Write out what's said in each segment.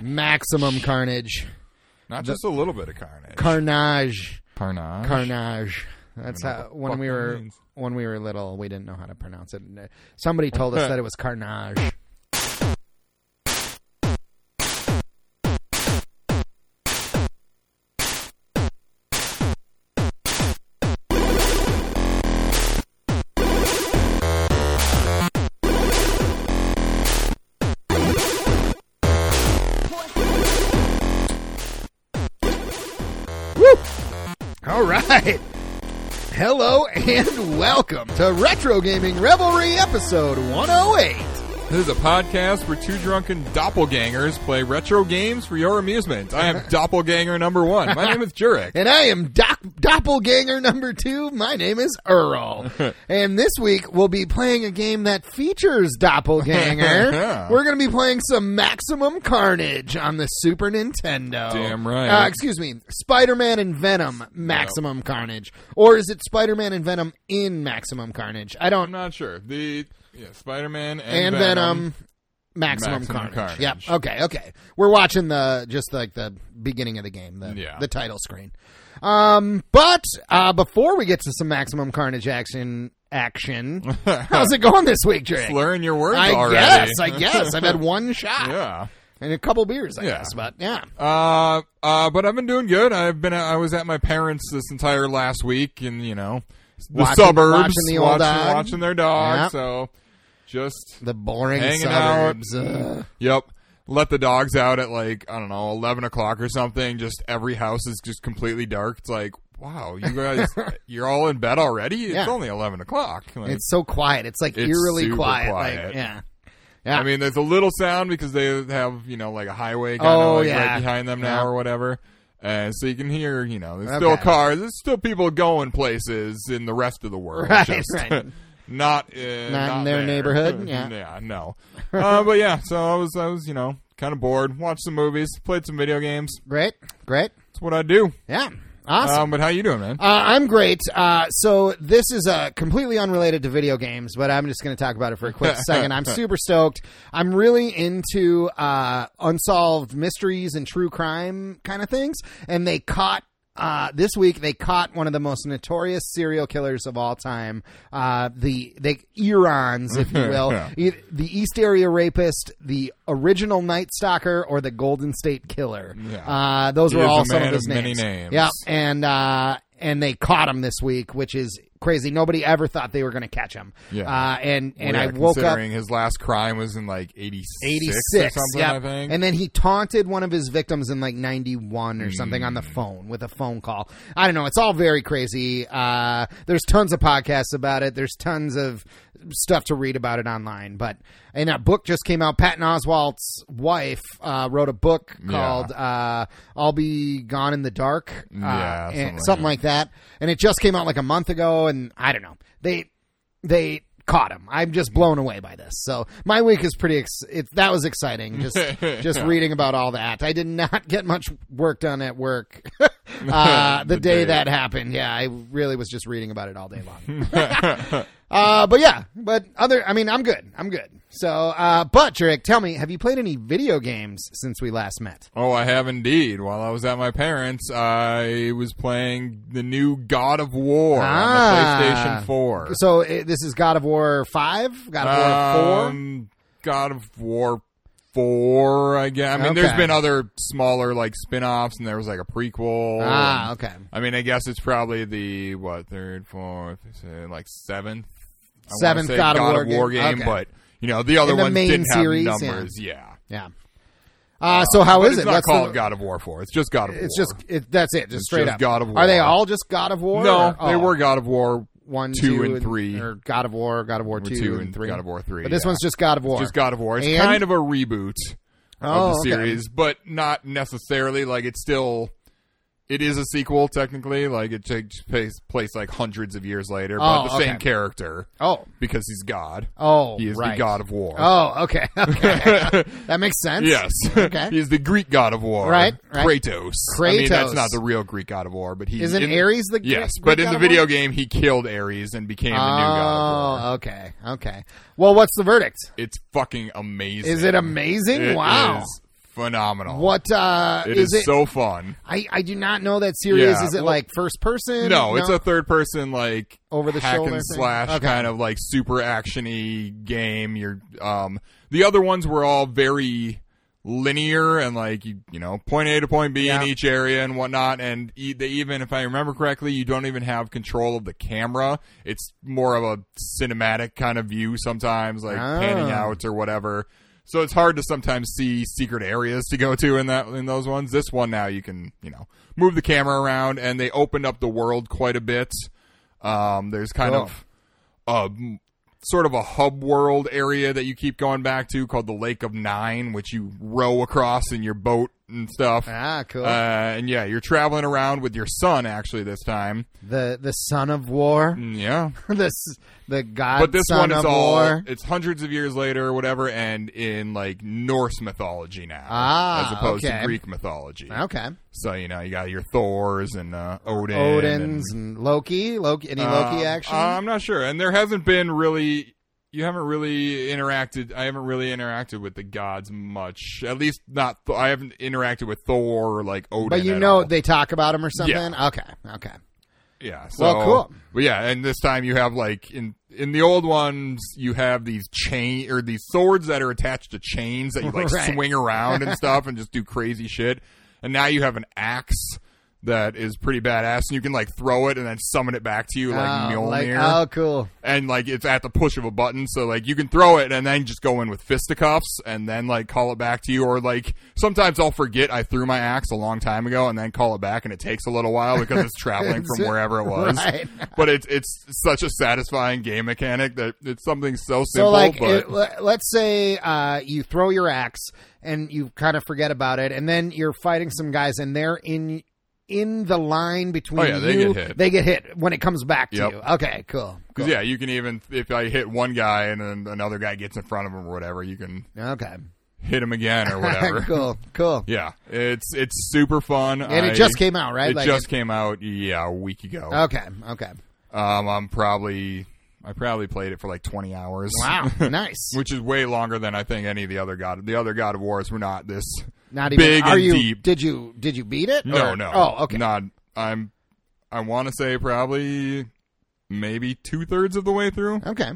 maximum carnage, Not just a little bit of carnage. carnage, carnage. carnage. That's I don't how know what the when fuck we that were means. when we were little, we didn't know how to pronounce it. And, uh, Somebody told us that it was carnage. Woo! All right. Hello and welcome to Retro Gaming Revelry episode 108. This is a podcast where two drunken doppelgangers play retro games for your amusement. I am doppelganger number one. My name is Jurek. And I am doc- doppelganger number two. My name is Earl. and this week we'll be playing a game that features doppelganger. Yeah. We're going to be playing some Maximum Carnage on the Super Nintendo. Damn right. Uh, excuse me, Spider Man and Venom Maximum Carnage. Or is it Spider Man and Venom in Maximum Carnage? I don't I'm not sure. The yeah, Spider-Man and, and Venom, Maximum, Maximum Carnage. Carnage. Yep. Okay. Okay. We're watching the just like the beginning of the game, the Yeah. the title screen. Um, but uh, before we get to some Maximum Carnage action, action, how's it going this week, Drake? Learn your words um, I already. guess. I guess. I've had one shot yeah. and a couple beers, I Yeah. guess. But yeah. Uh, uh, but I've been doing good. I've been I was at my parents this entire last week, and you know, the Watching- suburbs, watching the old watching, dog. watching their dog. Yeah. So just The boring Hanging out. suburbs. uh, Ugh. yep. Let the dogs out at like I don't know eleven o'clock or something. Just every house is just completely dark. It's like wow, you guys, you're all in bed already. It's Yeah. only eleven o'clock. Like, It's so quiet. It's like Mm. It's eerily super quiet. Like quiet. yeah. I mean, there's a little sound because they have you know like a highway kind of Oh, like, yeah. right behind them Yeah. now or whatever, and so you can hear you know there's still Okay. cars, there's still people going places in the rest of the world, Right, just right. Not not uh, in their there. neighborhood, yeah. no, uh, but yeah, so I was I was you know kind of bored, watched some movies, played some video games. Great. Great. That's what I do. Yeah. Awesome. Um, but how you doing, man? Uh, I'm great. Uh, so this is uh, completely unrelated to video games, but I'm just going to talk about it for a quick second. I'm super stoked. I'm really into uh, unsolved mysteries and true crime kind of things, and they caught. Uh, this week they caught one of the most notorious serial killers of all time. Uh, the the Erons, if you will, Yeah. E- the East Area Rapist, the original Night Stalker, or the Golden State Killer. Yeah. Uh, those He were is all a some of man his of many names. Yeah, and uh, and they caught him this week, which is crazy. Nobody ever thought they were going to catch him. Yeah. Uh, and and Yeah, I woke up considering his last crime was in like 86, eighty or six. something, Yeah, I think. and then he taunted one of his victims in like ninety one or something on the Mm. phone with a phone call. I don't know. It's all very crazy. Uh, there's tons of podcasts about it. There's tons of stuff to read about it online. But and a book just came out. Patton Oswalt's wife uh, wrote a book Yeah. called uh, "I'll Be Gone in the Dark." Uh, Yeah, and- something like something like that. And it just came out like a month ago, and I don't know. They they caught him. I'm just blown away by this. So my week is pretty. Ex- it, that was exciting. Just just reading about all that. I did not get much work done at work uh, the, The day, day. that happened. Yeah, I really was just reading about it all day long. uh, but yeah, but other. I mean, I'm good. I'm good. So, uh, but Jurek, tell me, have you played any video games since we last met? Oh, I have indeed. While I was at my parents, I was playing the new God of War Ah. on the PlayStation 4. So eh, this is God of War Five, God of War Four. Um, God of War 4, I guess. I mean, there's Okay. been other smaller, like, spin-offs, and there was, like, a prequel. Ah, and- okay. I mean, I guess it's probably the, what, third, fourth, uh, like, seventh? I wanna Seventh say God of War game. game, Okay. but, you know, the other In the ones main didn't series, yeah. have numbers. Yeah. Yeah. Uh, so how But is it's it? not What's called the- God of War 4. It's just God of War. It's just it, that's it. Just It's straight just up God of Are War. they all just God of War? No, or- oh, they were God of War one, two, two, and three. or God of War, God of War Or two, and three, God of War three. But this yeah. one's just God of War. just God of War. It's And- kind of a reboot Oh, of the okay. series, but not necessarily like it's still. It is a sequel technically. Like it takes place, place like hundreds of years later, Oh, but the okay. same character Oh, because he's God. oh, he is right. the God of War. Oh, okay, okay, that makes sense. Yes, Okay. he's the Greek God of War, Right, right. Kratos. I mean, that's Kratos. not the real Greek God of War, but he Isn't in, Ares the Greek- yes, Greek but in God the of War? video game he killed Ares and became the new God of War. Oh, okay, okay. Well, what's the verdict? It's fucking amazing. Is it amazing? It wow. is phenomenal. What uh, It is, it? so fun. I I do not know that series. Yeah, is it well- like first person? No, it's a third person like Over the hack shoulder and thing? slash Okay. kind of like super actiony game. You're um the other ones were all very linear and like you, you know point A to point B Yeah. in each area and whatnot. And e- they even, if I remember correctly, you don't even have control of the camera. It's more of a cinematic kind of view sometimes, like Ah. panning out or whatever. So it's hard to sometimes see secret areas to go to in that in those ones. This one now you can you know move the camera around, and they opened up the world quite a bit. Um, there's kind Cool. of a m- sort of a hub world area that you keep going back to called the Lake of Nine, which you row across in your boat and stuff. ah cool. Uh, and yeah, you're traveling around with your son actually this time. the the son of war. Mm, Yeah, this the god. but this son one is of all war. it's hundreds of years later or whatever and in like norse mythology now Ah, as opposed okay. to greek mythology Okay, so you know you got your thors and uh, odin Odin's and Loki, Loki, any and, Loki Um, action? i'm not sure and there hasn't been really you haven't really interacted i haven't really interacted with the gods much at least not Th- i haven't interacted with thor or like odin but you at know all. they talk about him or something. Okay, okay. Yeah. So, Well, cool. But yeah, and this time you have like in in the old ones you have these chain or these swords that are attached to chains that you like Right. swing around and stuff and just do crazy shit. And now you have an axe that is pretty badass, and you can like throw it and then summon it back to you like oh, Mjolnir, like, oh, cool. and like it's at the push of a button. So like you can throw it and then just go in with fisticuffs and then like call it back to you, or like sometimes I'll forget I threw my axe a long time ago and then call it back, and it takes a little while because it's traveling from wherever it was Right. but it's it's such a satisfying game mechanic that it's something so So, simple. like, but it- le- let's say uh, you throw your axe and you kind of forget about it, and then you're fighting some guys, and they're in in the line between Oh, yeah, they you. get hit. They get hit when it comes back to Yep. you. Okay, cool. 'cause, cool. yeah, you can even if I hit one guy and then another guy gets in front of him or whatever, you can Okay. hit him again or whatever. cool. Cool. Yeah, it's it's super fun. And it just came out, right? It just came out, yeah, a week ago. Okay. Okay. Um, I'm probably I probably played it for like 20 hours. Wow. nice. Which is way longer than I think any of the other God the other God of Wars were not this. Not even. big are and you? deep. Did you? Did you beat it? No, Or- no. Oh, okay. Not. I'm. I want to say probably maybe two thirds of the way through. Okay.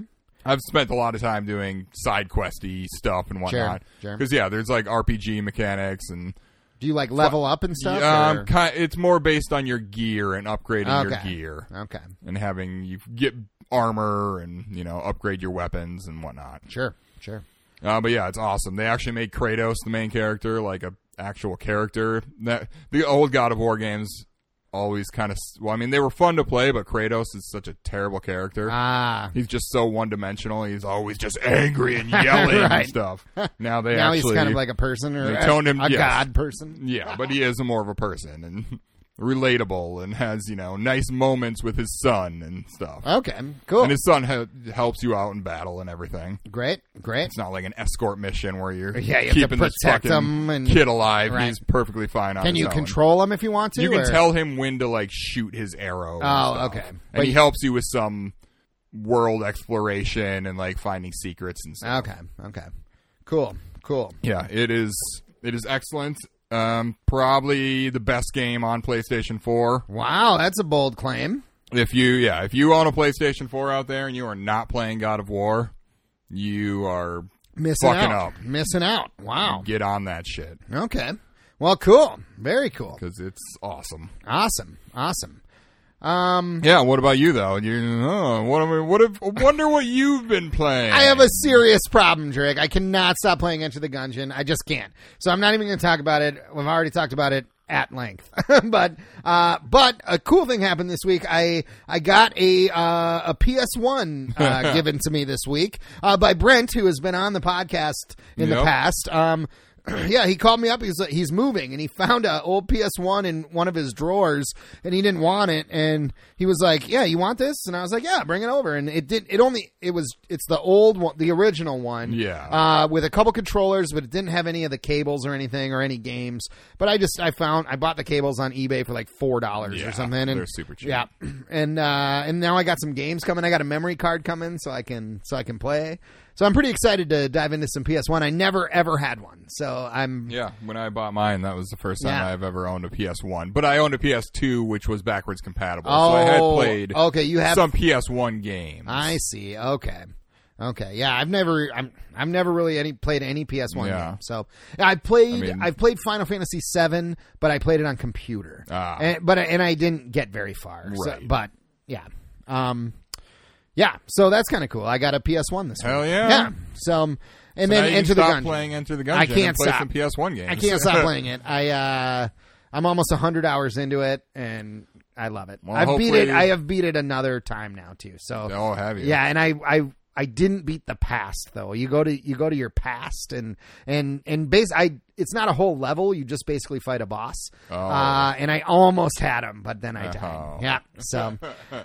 I've spent a lot of time doing side questy stuff and whatnot. sure. Because yeah, there's like RPG mechanics and Do you like level up and stuff? um, or- ki it's more based on your gear and upgrading Okay. your gear Okay. and having you get armor and you know upgrade your weapons and whatnot. Sure. Sure. Uh, but yeah, it's awesome. They actually made Kratos the main character, like a actual character. That the old God of War games always kind of. Well, I mean, they were fun to play, but Kratos is such a terrible character. Ah. he's just so one dimensional. He's always just angry and yelling Right. and stuff. Now they now actually he's kind of like a person or they a, toned him- a yes. god person. yeah, but he is more of a person and relatable and has you know nice moments with his son and stuff. Okay, cool. And his son ha- helps you out in battle and everything. great, great. It's not like an escort mission where you're Yeah, you have to keeping this protect fucking him and- kid alive. Right. He's perfectly fine on Can his you own. control him if you want to? You can or- tell him when to like shoot his arrow. and Oh, stuff. okay. And But he you- helps you with some world exploration and like finding secrets and stuff. Okay, okay, cool, cool. Yeah, it is. It is excellent. Um, probably the best game on PlayStation 4. Wow, that's a bold claim. If you, yeah, if you own a PlayStation 4 out there and you are not playing God of War, you are Missing Fucking out, up. missing out. Wow. get on that shit Okay. Well, cool. Very cool. because it's awesome. Awesome. Awesome. Um, Yeah, what about you though? You oh, what am I- what if wonder what you've been playing? I have a serious problem, Drake. I cannot stop playing Enter the Gungeon. I just can't. So I'm not even going to talk about it. We've already talked about it at length. but uh, but a cool thing happened this week. I I got a uh, a PS1 uh, given to me this week uh, by Brent, who has been on the podcast in the Yep. past. Um, yeah, he called me up. He's he's moving, and he found a old PS1 in one of his drawers, and he didn't want it. And he was like, "Yeah, you want this?" And I was like, "Yeah, bring it over." And it did. It only it was it's the old one, the original one. Yeah. uh, with a couple controllers, but it didn't have any of the cables or anything or any games. But I just I found I bought the cables on eBay for like four dollars or Yeah, something. And they're super cheap. Yeah, and uh, and now I got some games coming. I got a memory card coming, so I can so I can play. So I'm pretty excited to dive into some PS1. I never ever had one, so I'm Yeah, when I bought mine, that was the first time Yeah. I've ever owned a PS1. But I owned a PS2, which was backwards compatible. so I had Oh, played okay, you have- some PS1 games. I see. Okay. Okay. Yeah, I've never I'm I've never really any played any PS1 Yeah. game. So I played I I mean- have played Final Fantasy 7, but I played it on computer. Ah. And, but I- and I didn't get very far. So- Right. but yeah. Um yeah, so that's kind of cool. I got a PS1 this Hell week. yeah. Yeah. So um, and Now then you can Enter the stop Gun. playing Enter the Gun. I can't and play stop. some PS1 games. I can't stop playing it. I uh, I'm almost hundred hours into it, and I love it. Well, I've beat it. hopefully- I have beat it another time now too. So oh, have you? yeah, and I I I didn't beat the past though. You go to you go to your past and and and base I it's not a whole level. You just basically fight a boss. Oh. Uh, and I almost had him, but then I died. Oh. Yeah. So,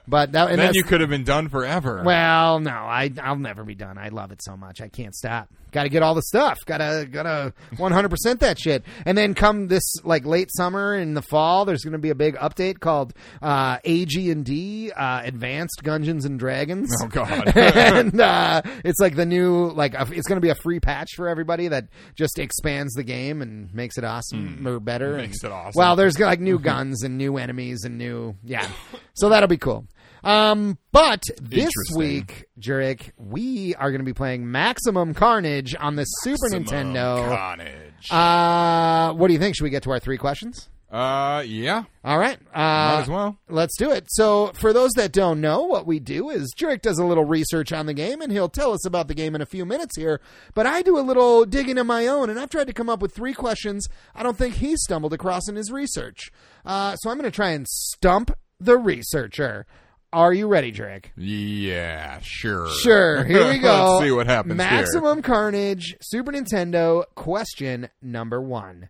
but that and Then that's- you could have been done forever. well, no, I I'll never be done. I love it so much. I can't stop. Got to get all the stuff. Got to got to 100% that shit. And then come this like late summer in the fall, there's going to be a big update called uh AG&D uh Advanced Dungeons and Dragons. oh God. and uh, it's like the new like a, it's going to be a free patch for everybody that just expands the game and makes it awesome or better. Hmm. Makes and- it awesome. Mm-hmm. Well, there's like new guns and new enemies and new yeah, so that'll be cool. Um, but this Interesting. week, Jurek, we are going to be playing Maximum Carnage on the Super Maximum Nintendo. Carnage. Uh, what do you think? Should we get to our three questions? Uh, yeah. All right. Uh, Might as well. Let's do it. So, for those that don't know, what we do is Jurek does a little research on the game, and he'll tell us about the game in a few minutes here. But I do a little digging of my own, and I've tried to come up with three questions I don't think he stumbled across in his research. Uh, so, I'm going to try and stump the researcher. Are you ready, Jurek? Yeah, sure. Sure. Here we go. Let's see what happens here. Maximum Carnage, Super Nintendo, question number one.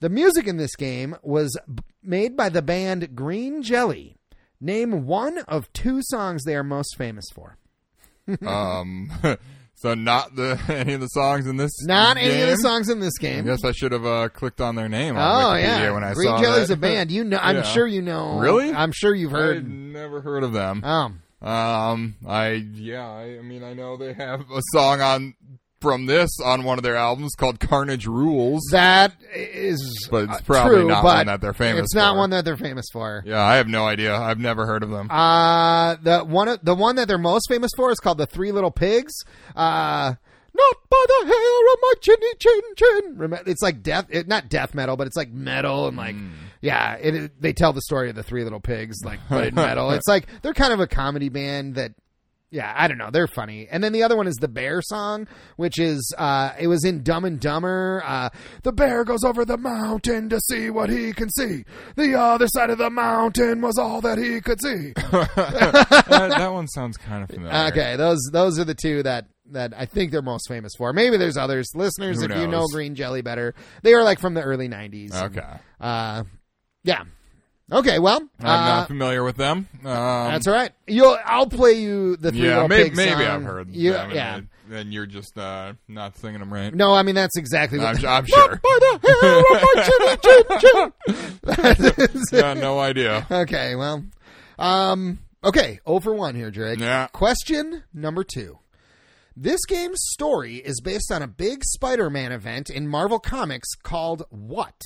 The music in this game was b- made by the band Green Jelly. Name one of two songs they are most famous for. Um, so not the any of the songs in this. Not any of the game? songs in this I game. guess I should have uh, clicked on their name. oh on Wikipedia yeah, when I Green saw Jelly's that. a band. You know, I'm Yeah. sure you know. Really? I'm sure you've I'd heard. never heard of them. Um, Um, I yeah, I, I mean, I know they have a song on from this on one of their albums called "Carnage Rules." that is But it's uh, probably true, not but one that they're famous It's not for. one that they're famous for. yeah, I have no idea. I've never heard of them. Uh, the one the one that they're most famous for is called the Three Little Pigs. Uh, not by the hair of my chinny chin chin. Remember, it's like death, it, not death metal, but it's like metal and like yeah. It, it- they tell the story of the Three Little Pigs, like but in metal. It's like they're kind of a comedy band that. Yeah, I don't know. They're funny. And then the other one is the bear song, which is uh it was in Dumb and Dumber. Uh the bear goes over the mountain to see what he can see. The other side of the mountain was all that he could see. that, that one sounds kind of familiar. Okay, those those are the two that that I think they're most famous for. Maybe there's others. Listeners, Who if you know knows? Green Jelly better, they are like from the early '90s. okay. Uh, yeah. Okay. Well, I'm uh, not familiar with them. Um, that's all right. You'll I'll play you the three yeah, little maybe, pigs maybe song. I've heard You- them. and yeah. I- And you're just uh, not singing them right. No, I mean that's exactly what. I'm, I'm sure. That is- yeah, no idea. okay. Well. Um. Okay. Over one here, Drake. Yeah. Question number two. This game's story is based on a big Spider Man event in Marvel Comics called What?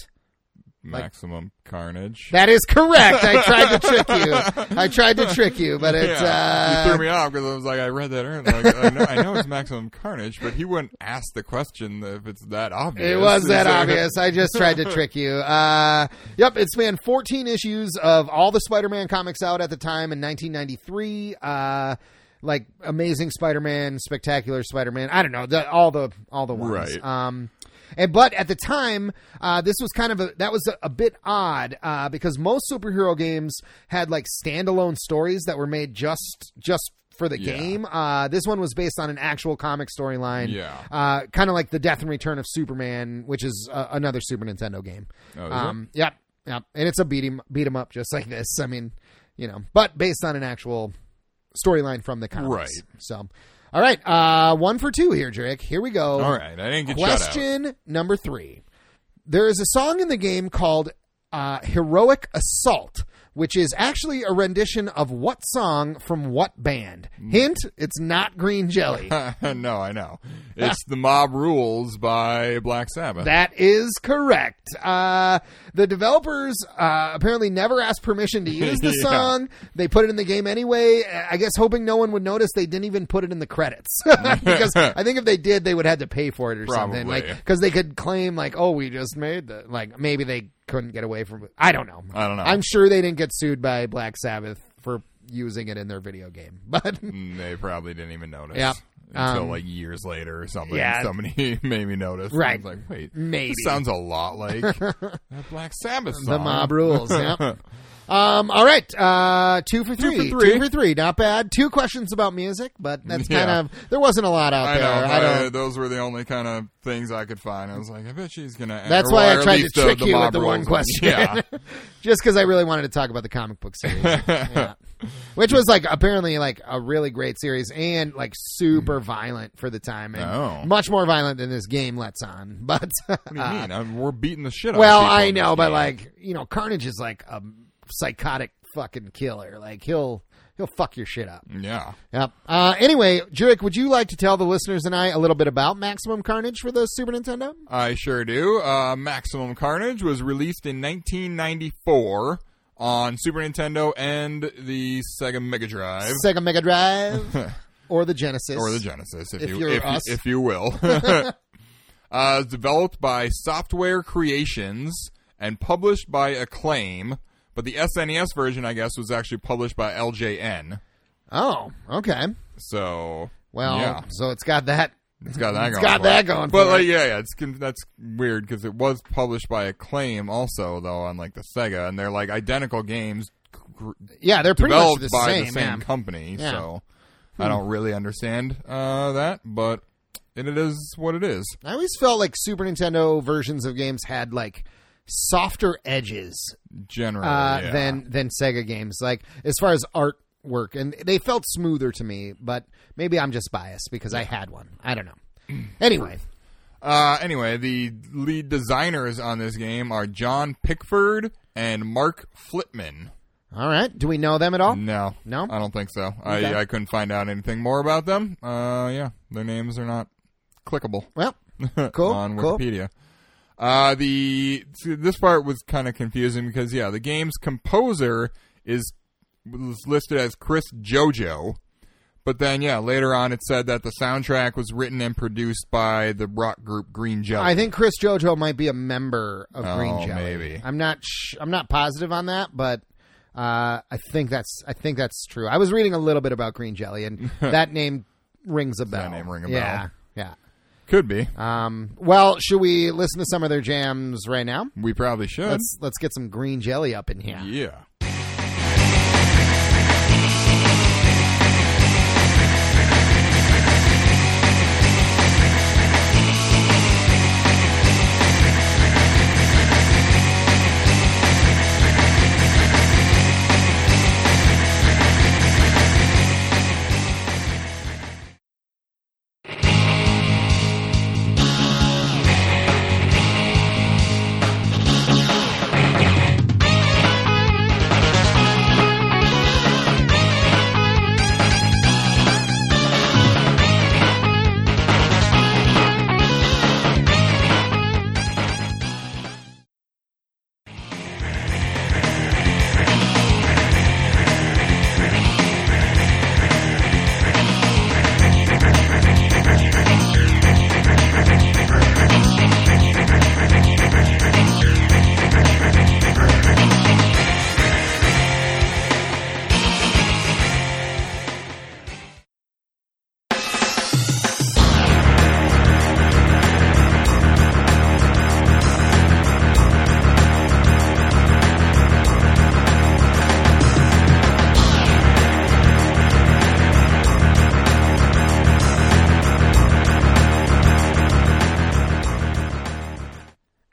Maximum carnage. That is correct. I tried to trick you. I tried to trick you, but it's. yeah. you Uh, threw me off because I was like, I read that earlier. Like, I, know, I know it's maximum carnage, but he wouldn't ask the question if it's that obvious. It was that So- obvious. I just tried to trick you. Uh, yep, it spanned 14 issues of all the Spider-Man comics out at the time in 1993. Uh, like Amazing Spider-Man, Spectacular Spider-Man. I don't know the, all the all the ones. Right. Um, and but at the time, uh, this was kind of a that was a, a bit odd uh, because most superhero games had like standalone stories that were made just just for the Yeah. game. Uh, this one was based on an actual comic storyline. Yeah. Uh, kind of like the Death and Return of Superman, which is uh, another Super Nintendo game. Oh, is it? um, Yep, yep, and it's a beat 'em beat 'em up just like this. I mean, you know, but based on an actual storyline from the comics. Right. So, all right, uh, one for two here, Drake. Here we go. All right, I didn't get shut out. Question number three. There is a song in the game called uh, Heroic Assault, which is actually a rendition of what song from what band? Hmm. Hint, it's not Green Jelly. no, I know. It's The Mob Rules by Black Sabbath. That is correct. Uh, the developers uh, apparently never asked permission to use the Yeah. song. They put it in the game anyway. I guess hoping no one would notice. They didn't even put it in the credits because I think if they did, they would have to pay for it or something. Probably. Like because they could claim like, oh, we just made the like maybe they couldn't get away from. it. I don't know. I don't know. I'm sure they didn't get sued by Black Sabbath for using it in their video game, but. Mm, they probably didn't even notice. Yeah. Until Um, like years later or something. yeah. Somebody made me notice. Right. I was like, wait, Maybe. this sounds a lot like that Black Sabbath song. The mob rules. Yep. um. All right. Uh. Two for for three. three. Two for three. Not bad. Two questions about music, but that's kind Yeah. of there wasn't a lot out I know. there. I I- don't. those were the only kind of things I could find. I was like, I bet she's gonna. That's or why I at tried to least trick you with mob the one rules. question. Yeah. just because I really wanted to talk about the comic book series, Yeah. which was like apparently like a really great series and like super violent for the time, and Mm. Oh. much more violent than this game lets on. But What do you mean? I mean, we're beating the shit. out of Well, people I in this know, but game. like you know, Carnage is like a psychotic fucking killer. Like he'll he'll fuck your shit up. yeah. Yep. Uh, anyway, Jurek, would you like to tell the listeners and I a little bit about Maximum Carnage for the Super Nintendo? I sure do. Uh, Maximum Carnage was released in 1994 on Super Nintendo and the Sega Mega Drive. Sega Mega Drive or the Genesis? or the Genesis, if, If you you're if, us. if you will. uh, developed by Software Creations and published by Acclaim, but the SNES version, I guess, was actually published by LJN. Oh, okay. So Well, yeah, so it's got that. it's got that going. got for that it. going But for like, yeah, yeah, it's con- that's weird because it was published by Acclaim also, though, on like the Sega, and they're like identical games. Cr- Yeah, they're pretty much developed the by same. the same yeah. company. Yeah. Hmm. So I don't really understand uh, that, but it, it is what it is. I always felt like Super Nintendo versions of games had like softer edges Generally, uh, Oh, yeah. than than Sega games. Like as far as artwork, and they felt smoother to me. But maybe I'm just biased because I had one. I don't know. Anyway, Uh, anyway, the lead designers on this game are John Pickford and Mark Flitman. all right. Do we know them at all? No, No? I don't think so. Okay. I I couldn't find out anything more about them. Uh, yeah, their names are not clickable. Well, cool. on cool. Wikipedia. Uh, the see, this part was kind of confusing because yeah, the game's composer is was listed as Chris Jojo, but then yeah, later on it said that the soundtrack was written and produced by the rock group Green Jelly. I think Chris Jojo might be a member of Oh, Green Jelly. maybe. I'm not. Sh- I'm not positive on that, but uh, I think that's. I think that's true. I was reading a little bit about Green Jelly, and that name rings a bell. name ring a yeah, bell? Yeah. could be. Um, well, should we listen to some of their jams right now? We probably should. Let's let's get some green jelly up in here. yeah.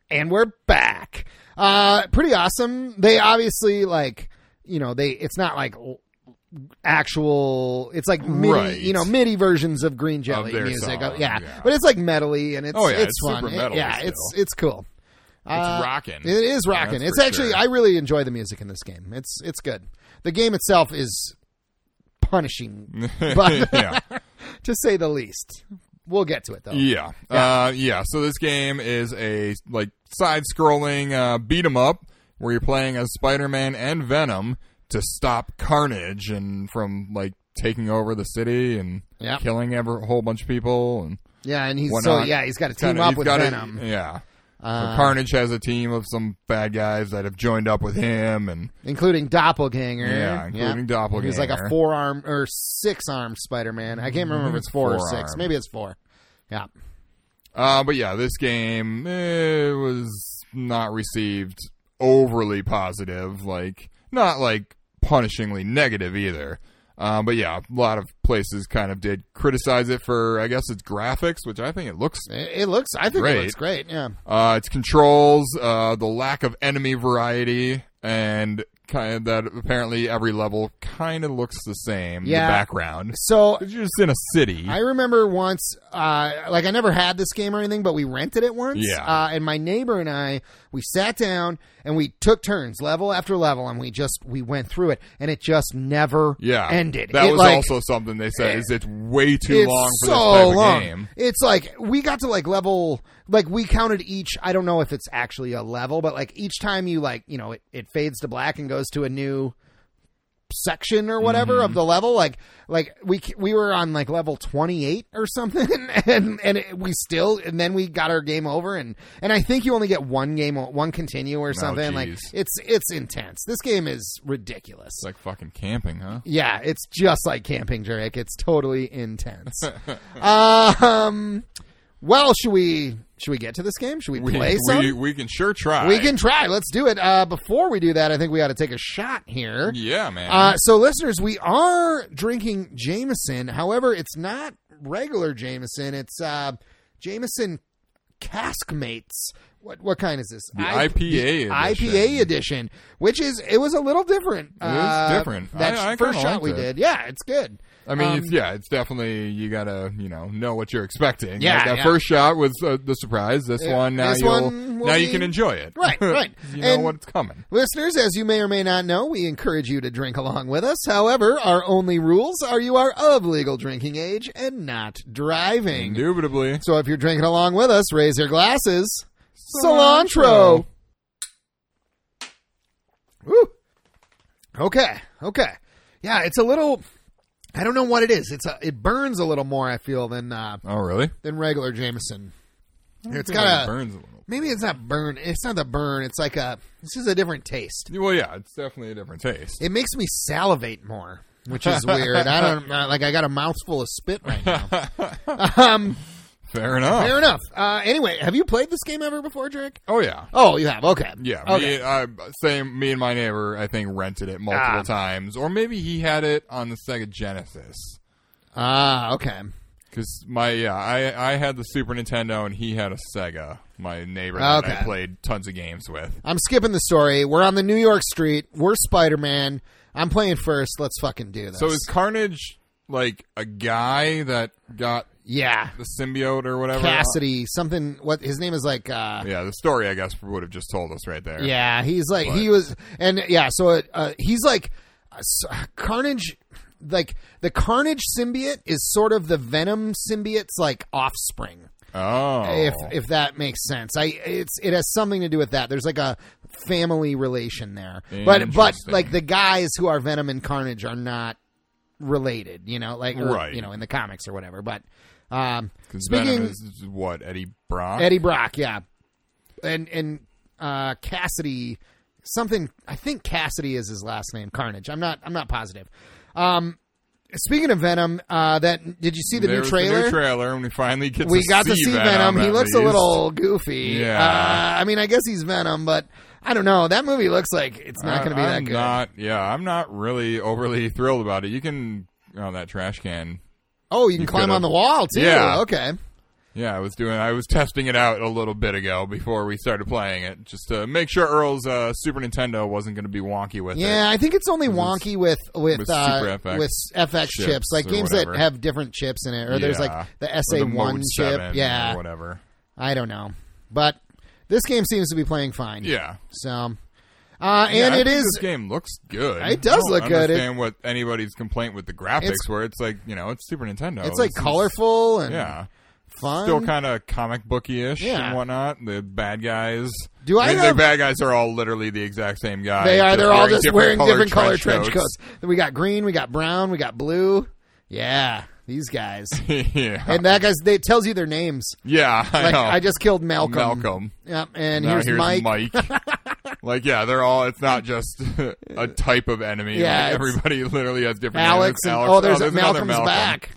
And we're back. Uh pretty awesome. They obviously like, you know, they it's not like l- actual it's like MIDI, Right. you know, MIDI versions of green jelly their music. song, yeah. yeah. But it's like metally and it's Oh, yeah, it's, it's fun. super It- metal yeah, still. it's it's cool. Uh, rocking. It is rocking. That's It's for actually sure. I really enjoy the music in this game. It's it's good. The game itself is punishing, but yeah. to say the least. We'll get to it though. Yeah. Uh, yeah. So this game is a like side-scrolling uh, beat 'em up where you're playing as Spider-Man and Venom to stop Carnage and from like taking over the city and Yep. killing ever a whole bunch of people and Yeah, and he's Why so not? yeah, he's got to team kinda- up you've with gotta- Venom. Yeah. So Uh, Carnage has a team of some bad guys that have joined up with him and including Doppelganger. Yeah, including Doppelganger. He's like a four arm or six arm Spider Man. I can't Mm-hmm. remember if it's four, or Four six. arm. Maybe it's four. Yeah. Uh, but yeah, this game eh, was not received overly positive, like not like punishingly negative either. Uh, but yeah, a lot of places kind of did criticize it for, I guess, its graphics, which I think it looks. It, it looks I think it Great. looks great. Yeah. Uh, its controls, uh, the lack of enemy variety, and kind of that apparently every level kind of looks the same. Yeah. The background. So You're just in a city. I remember once, uh, like I never had this game or anything, but we rented it once. Yeah. Uh, and my neighbor and I, we sat down and we took turns, level after level, and we just we went through it, and it just never yeah, ended. That It, was like, also something they said is it's way too it's long for so this type of long. game. It's like we got to like level like we counted each I don't know if it's actually a level, but like each time you like, you know, it, it fades to black and goes to a new section or whatever Mm-hmm. of the level like like we c- we were on like level 28 or something and and it, we still and then we got our game over and and I think you only get one game o- one continue Oh, or something like geez. it's it's intense this game is ridiculous It's like fucking camping, huh? yeah, it's just like camping, Drake. It's totally intense. um, well, should we should we get to this game? Should we, play some? we, We, we can sure try. can try. Let's do it. Uh, before we do that, I think we ought to take a shot here. Yeah, man. Uh, so, listeners, we are drinking Jameson. However, it's not regular Jameson. It's uh, Jameson Cask Mates. What what kind is this? The I- IPA edition. IPA edition, which is it was a little different. It was different. I- That I first kinda shot we liked it. did. Yeah, it's good. I mean, um, it's, yeah, it's definitely you gotta you know know what you're expecting. Yeah, Like, that yeah. first shot was uh, the surprise. This Yeah, one now this you'll one will now be- you can enjoy it. Right, right. you know And- what's coming. Listeners, as you may or may not know, we encourage you to drink along with us. However, our only rules are you are of legal drinking age and not driving. Indubitably. So if you're drinking along with us, raise your glasses. Cilantro. Cilantro. Woo. Okay. Okay. Yeah, it's a little. I don't know what it is. It's a, it burns a little more. I feel than uh, Oh, really? than regular Jameson. It's I feel like got it a burns a little. maybe it's not burn. It's not the burn. It's like a this is a different taste. Well, yeah, it's definitely a different taste. It makes me salivate more, which is weird. I don't uh, like. I got a mouthful of spit right now. um, Fair enough. fair enough. Uh, anyway, have you played this game ever before, Drake? oh yeah. Oh, you have. Okay. Yeah, Okay. me, I, same. Me and my neighbor, I think, rented it multiple Ah. times, or maybe he had it on the Sega Genesis. Ah. okay. Because my yeah, I I had the Super Nintendo and he had a Sega. My neighbor that Okay. I played tons of games with. I'm skipping the story. We're on the New York street. We're Spider Man. I'm playing first. Let's fucking do this. So is Carnage like a guy that got yeah, the symbiote or whatever? Cassidy something. What his name is like? Uh, Yeah, the story I guess would have just told us right there. Yeah, he's like he was, and yeah, so uh, uh, he's like uh, s- Carnage. Like the Carnage symbiote is sort of the Venom symbiote's like offspring, Oh. if if that makes sense. I it's it has something to do with that. There's like a family relation there, but but Interesting. like the guys who are Venom and Carnage are not related, you know, like or, Right. you know, in the comics or whatever. But um, 'Cause speaking Venom is what Eddie Brock. Eddie Brock, yeah, and and uh, Cassidy something. I think Cassidy is his last name. Carnage. I'm not. I'm not positive. Um, speaking of Venom, uh, that did you see the There new was trailer? The new trailer, and we finally get we to got see to see Venom. Venom. He at looks a least. little goofy. Yeah. Uh, I mean, I guess he's Venom, but I don't know. That movie looks like it's not going to be I- that I'm good. Not, yeah, I'm not really overly thrilled about it. You can on that trash can. oh, you can climb could've- on the wall too. Yeah. Okay. Yeah, I was doing. I was testing it out a little bit ago before we started playing it, just to make sure Earl's uh, Super Nintendo wasn't going to be wonky with it. Yeah, I think it's only wonky with with with uh, Super FX with FX chips, chips like or games that whatever. have different chips in it, or there's Yeah. like the Or SA the one Mode chip. 7 or Yeah, whatever. I don't know, but This game seems to be playing fine. Yeah. So, uh, Yeah, and I it think is This game looks good. It does I don't look good. It- Understand what anybody's complaint with the graphics, It's- where it's like you know it's Super Nintendo. it's like This is- colorful and Yeah, fun. still kind of comic booky ish Yeah. and whatnot. The bad guys. Do I mean, have- The bad guys are all literally the exact same guy. they are. just They're all just wearing colored different color trench coats. We got green. We got brown. We got blue. Yeah, these guys. yeah, and that guy's. They, it tells you their names. yeah. I Like know. I just killed Malcolm. Malcolm. Yep. And Now here's, Mike. like yeah, they're all. It's not just a type of enemy. Yeah, Like, it's- everybody literally has different. Alex, names. and oh, there's, another Malcolm's Malcolm. back.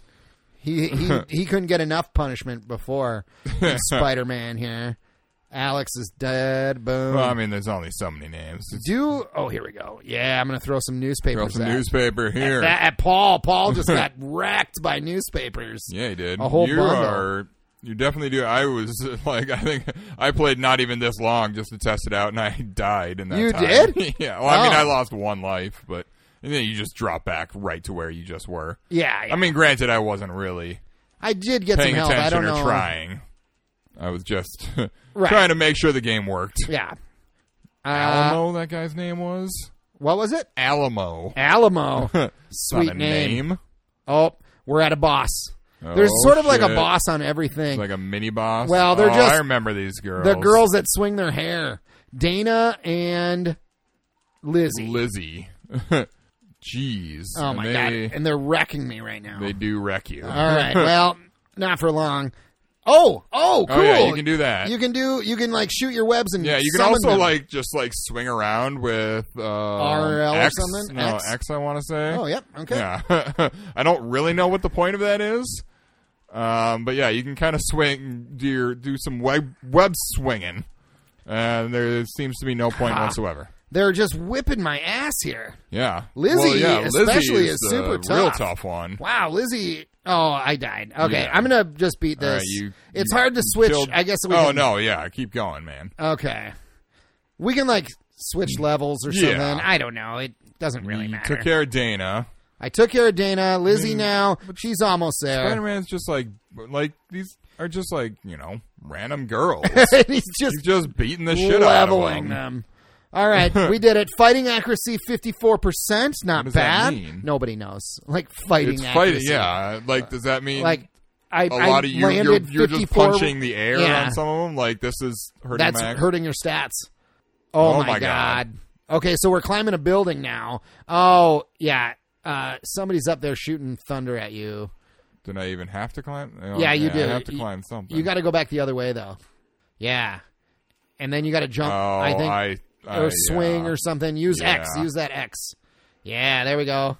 He he he couldn't get enough punishment before Spider Man here. Alex is dead. Boom. Well, I mean, there's only so many names. It's Do oh here we go. Yeah, I'm gonna throw some newspapers. Throw some at, newspaper here. That, at Paul. Paul just got wrecked by newspapers. yeah, he did. A whole you bundle. are. You definitely do. I was uh, like, I think I played not even this long just to test it out, and I died. And You did? yeah. Well, I mean, Oh. I lost one life, but and then you just drop back right to where you just were. Yeah, yeah. I mean, granted, I wasn't really I did get some paying help. I attention don't or know. trying. I was just Right. trying to make sure the game worked. Yeah. Uh, Alamo, that guy's name was What was it? Alamo. Alamo. It's not Sweet a name. name. Oh, we're at a boss. Oh, There's sort of like a shit. boss on everything. like a mini boss. Well, they're Oh, just- I remember these girls. the girls that swing their hair, Dana and Lizzie. Lizzie. Jeez. oh And my they, god! Uh, And they're wrecking me right now. They do wreck you. All right. Well, not for long. Oh, oh, cool. Oh yeah, you can do that. You can do. You can like shoot your webs and yeah, you can summon also them. like just like swing around with uh, RL or X, something? No, X? X, I want to say. Oh, yep. Okay. Yeah. I don't really know what the point of that is. Um, but yeah, you can kind of swing, do your, do some web web swinging, and there seems to be no point Ha. whatsoever. They're just whipping my ass here. Yeah, Lizzie Well, yeah, especially Lizzie is is, the super real tough. tough one. Wow, Lizzie. Oh, I died. Okay, Yeah. I'm gonna just beat this. All right, you- it's you hard to switch. killed- I guess. We oh can, no, yeah, keep going, man. Okay, we can like switch levels or Yeah. something. I don't know. It doesn't really You matter. Took care Mm. of Dana. I took care of Dana. Lizzie now. She's almost Spider there. Man's just like like these are just like you know random girls. And he's just He's just beating the shit out of leveling them. them. All right, we did it. Fighting accuracy fifty four percent. Not does that bad. mean? Nobody knows. Like fighting. It's accuracy. fighting, yeah. Like, does that mean Like I. a lot of you, you're, landed you're just 54 punching the air Yeah. on some of them? Like, this is hurting That's my. hurting your stats. Oh, Oh my, my god. God. Okay, so we're climbing a building now. Oh yeah. Uh, somebody's up there shooting thunder at you. Did I even have to climb? Oh, Yeah, you do. I have to You- climb something. You got to go back the other way though. Yeah, and then you got to Oh, jump. I I think I- or Oh, yeah. swing or something. Use X. Yeah. Use that X. Yeah, there we go.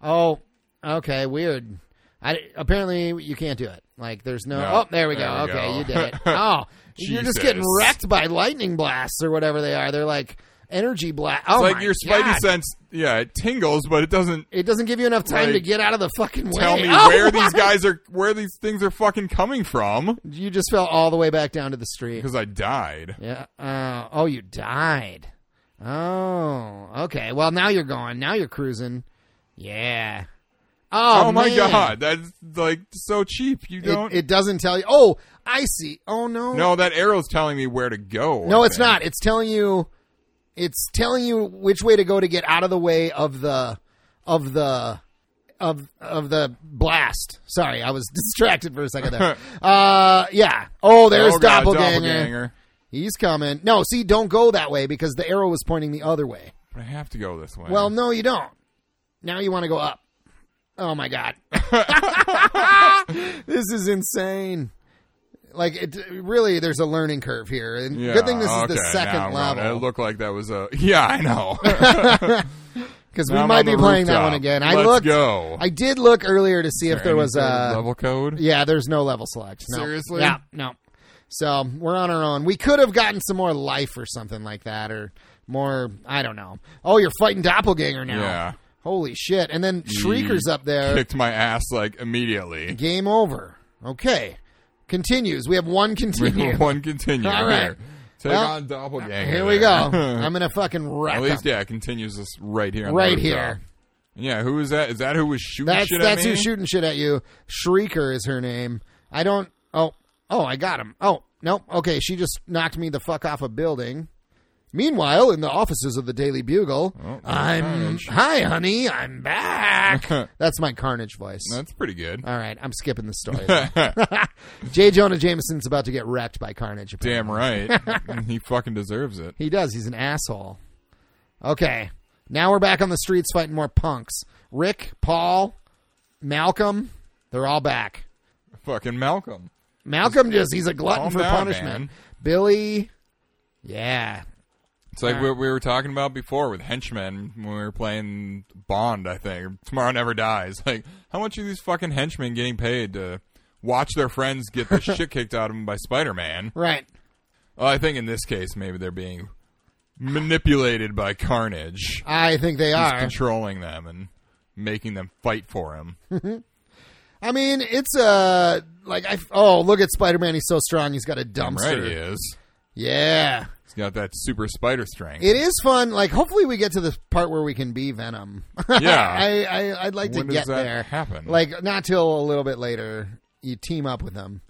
Oh, okay, weird. I, apparently you can't do it. Like there's no. No, oh, there we go. there we okay, go. you did it. Oh, you're just getting Jesus. wrecked by lightning blasts or whatever they are. They're like energy blast. Oh It's like my your spidey God. sense, yeah, it tingles, but it doesn't It doesn't give you enough time Like, to get out of the fucking way. tell me Oh, where what? these guys are, where these things are fucking coming from, You just fell all the way back down to the street. because I died. Yeah. Uh, oh, you died. Oh, okay. Well, now you're going. Now you're cruising. Yeah. Oh, Oh, my man. god, that's like so cheap. You It, don't. it doesn't tell you. Oh, I see. Oh no. no, that arrow's telling me where to go. No, I it's think. not. It's telling you. It's telling you which way to go to get out of the way of the, of the, of of the blast. Sorry, I was distracted for a second there. uh, yeah. Oh, there's Oh, God, doppelganger. doppelganger. He's coming. No, see, don't go that way because the arrow was pointing the other way. But I have to go this way. Well, no, you don't. Now you want to go up. Oh my god, this is insane. Like it really, there's a learning curve here, and Yeah, good thing this is okay, the now second I'm running. It level looked like that was a. Yeah, I know. because Now we I'm might on be the playing that rooftop. one again. I Let's looked. go. I did look earlier to see if Is there any was sort of a level code. yeah. There's no level select. No. Seriously? Yeah. No. So we're on our own. We could have gotten some more life or something like that, or more. I don't know. Oh, you're fighting doppelganger now. Yeah. Holy shit! And then Shrieker's up there. Kicked my ass like immediately. Game over. Okay. Continues. We have one continue. One continue. All right. Here. Take Well, on doppelganger. Here we go. there. I'm gonna fucking wreck At least, 'em. yeah, it continues this right here. on the right rooftop. here. Yeah, who is that? Is that who was shooting That's shit that's at me? who's shooting shit at you. Shrieker is her name. I don't. Oh, Oh, I got him. Oh, no. Okay, she just knocked me the fuck off a building. Meanwhile, in the offices of the Daily Bugle, Oh, I'm. Carnage. Hi, honey. I'm back. That's my carnage voice. That's pretty good. All right, I'm skipping the story. J. Jonah Jameson's about to get wrecked by carnage. apparently. Damn right. he fucking deserves it. He does. He's an asshole. Okay. Now we're back on the streets fighting more punks. Rick, Paul, Malcolm, they're all back. Fucking Malcolm. Malcolm just, he's a glutton Calm for down, punishment. man. Billy, yeah. It's Uh. like what we were talking about before with henchmen when we were playing Bond, I think. Tomorrow Never Dies. Like, how much are these fucking henchmen getting paid to watch their friends get the shit kicked out of them by Spider Man? Right. Well, I think in this case, maybe they're being manipulated by Carnage. I think they He's are. controlling them and making them fight for him. I mean, it's uh, like, I, oh, look at Spider Man. He's so strong. He's got a Right, he dumpster. is. Yeah. He's got that super spider strength. It is fun. Like, hopefully, we get to the part where we can be Venom. Yeah. I, I I'd like to When get does that there. happen? Like, not till a little bit later. You team up with them,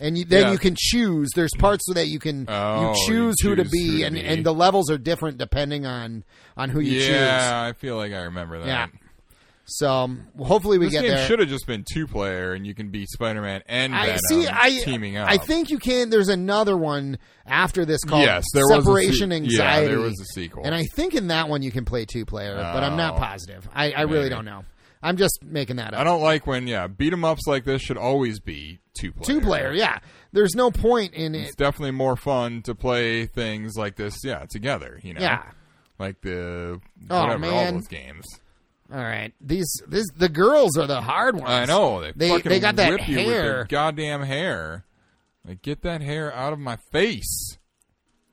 and you, then Yeah. you can choose. There's parts so that you can Oh, you you choose who to choose be, who to and, be. and the levels are different depending on on who you choose. yeah, I feel like I remember that. Yeah. So um, hopefully we This get game there. should have just been two player, and you can be Spider Man and I Venom see. I um, teaming up. I think you can. There's another one after this called Yes, there was a separation se- yeah, anxiety. there was a sequel. and I think in that one you can play two player, but I'm not Oh. positive. I, I really Maybe. don't know. I'm just making that up. I don't like when yeah beat 'em ups like this should always be two player. two player, yeah. There's no point in It's it. definitely more fun to play things like this. Yeah, together. You know. Yeah. Like the Oh, whatever all man. those games. All right, these this the girls are the hard ones. I know they They- fucking they got that whip you with hair. their goddamn hair. Like get that hair out of my face.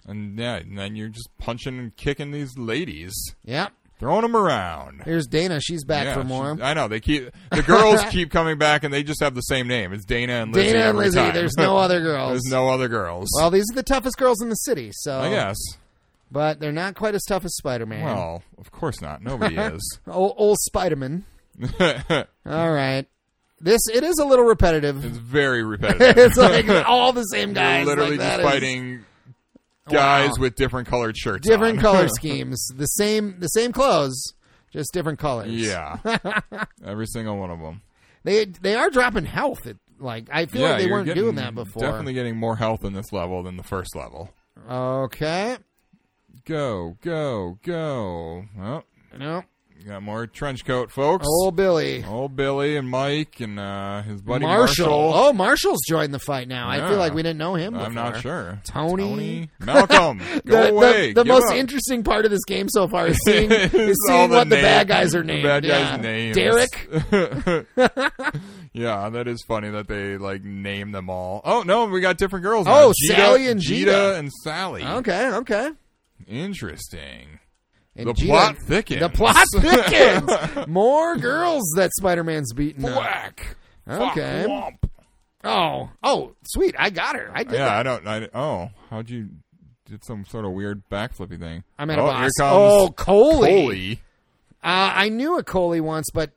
And yeah, and then you're just punching and kicking these ladies, Yep. throwing them around. Here's Dana. She's back Yeah, uh, for more. she- I know they keep the girls keep coming back, and they just have the same name. It's Dana and Lizzie. Dana and every Lizzie. time. There's no other girls. There's no other girls. well, these are the toughest girls in the city. So I guess. but they're not quite as tough as Spider Man. Well, of course not. Nobody is. old, old Spider Man. it's All right. This it is a little repetitive. very repetitive. it's like all the same You're guys. literally like that just is- fighting guys Wow. with different colored shirts. different on. color schemes, the same the same clothes, just different colors. Yeah. Every single one of them. they they are dropping health. It, like I feel yeah, like they you're weren't getting- doing that before. Definitely getting more health in this level than the first level. Okay. Go, go, go. Oh, No. got more trench coat, folks. Old Billy. Old Billy and Mike and uh, his buddy Marshall. Marshall. Oh, Marshall's joined the fight now. I Yeah. feel like we didn't know him. before. I'm not sure. Tony. Malcolm, The, go the- away. the Give most up. interesting part of this game so far is seeing, It's is all seeing the what the name- bad guys are the named. bad guys' yeah. names. Derek. yeah, that is funny that they like name them all. Oh no, we got different girls. Oh, now. Gita- Sally and Gita. Oh. Gita and Sally. Okay. Okay. Interesting. And The Gita- plot thickens. The plot thickens. More girls that Spider-Man's beaten. up. Whack. Fuck, Okay. womp. Oh, oh, sweet! I got her. I did. Yeah, that. I don't. I, oh, how'd you? Did some sort of weird backflippy thing. I'm at oh, a boss. Here comes oh, Coley. Coley. Uh, I knew a Coley once, but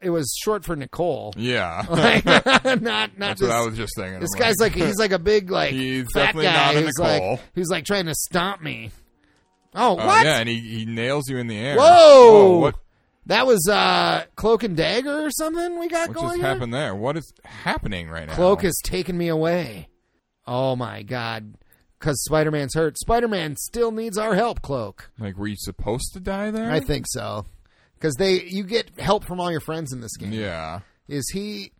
it was short for Nicole. Yeah. Like, not not That's Oh, this. what I was just thinking. this I'm guy's like he's like a big like He's fat definitely guy not a who's Nicole. like who's like trying to stomp me. Oh, Oh, what? yeah, and he, he nails you in the air. Whoa! Whoa, what That was uh, cloak and dagger or something we got what going. just here? happened there? What is happening right now? Cloak has taken me away. Oh my god! Because Spider Man's hurt. Spider Man still needs our help, Cloak. like were you supposed to die there? I think so. Because they, you get help from all your friends in this game. Yeah, Is he?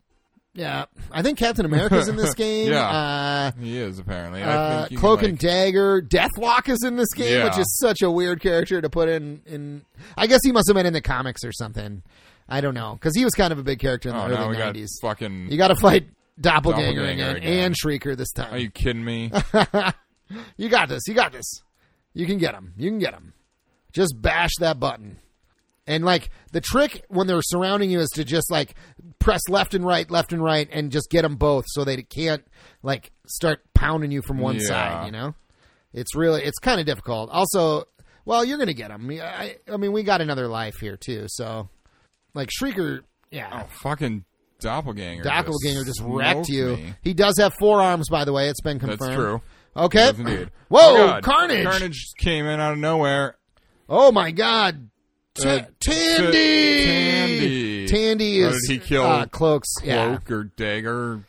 Yeah, I think Captain America's in this game. Yeah. Uh, he is apparently. I uh, think you Cloak can, and like, Dagger, Deathlock is in this game, Yeah. which is such a weird character to put in. In I guess he must have been in the comics or something. I don't know because he was kind of a big character in the Oh, now early we got nineties. fucking. You got to fight Doppelganger, Doppelganger again, again. and Shrieker this time. are you kidding me? Oh, You got this. You got this. You can get them. You can get them. Just bash that button. And like the trick when they're surrounding you is to just like press left and right, left and right, and just get them both so they can't like start pounding you from one Yeah. side. You know, it's really it's kind of difficult. Also, well, you're gonna get them. I, I mean, we got another life here too, so like Shrieker, yeah, oh, fucking doppelganger. Doppelganger just wrecked smoked you. me. He does have four arms, by the way. It's been confirmed. That's true. Okay. Yes, indeed. Whoa, Oh, God. Carnage. Carnage just came in out of nowhere. Oh my God. Ta- Uh, Tandy. Tandy. Tandy How is did he kill uh, Cloak's yeah, Cloak or dagger.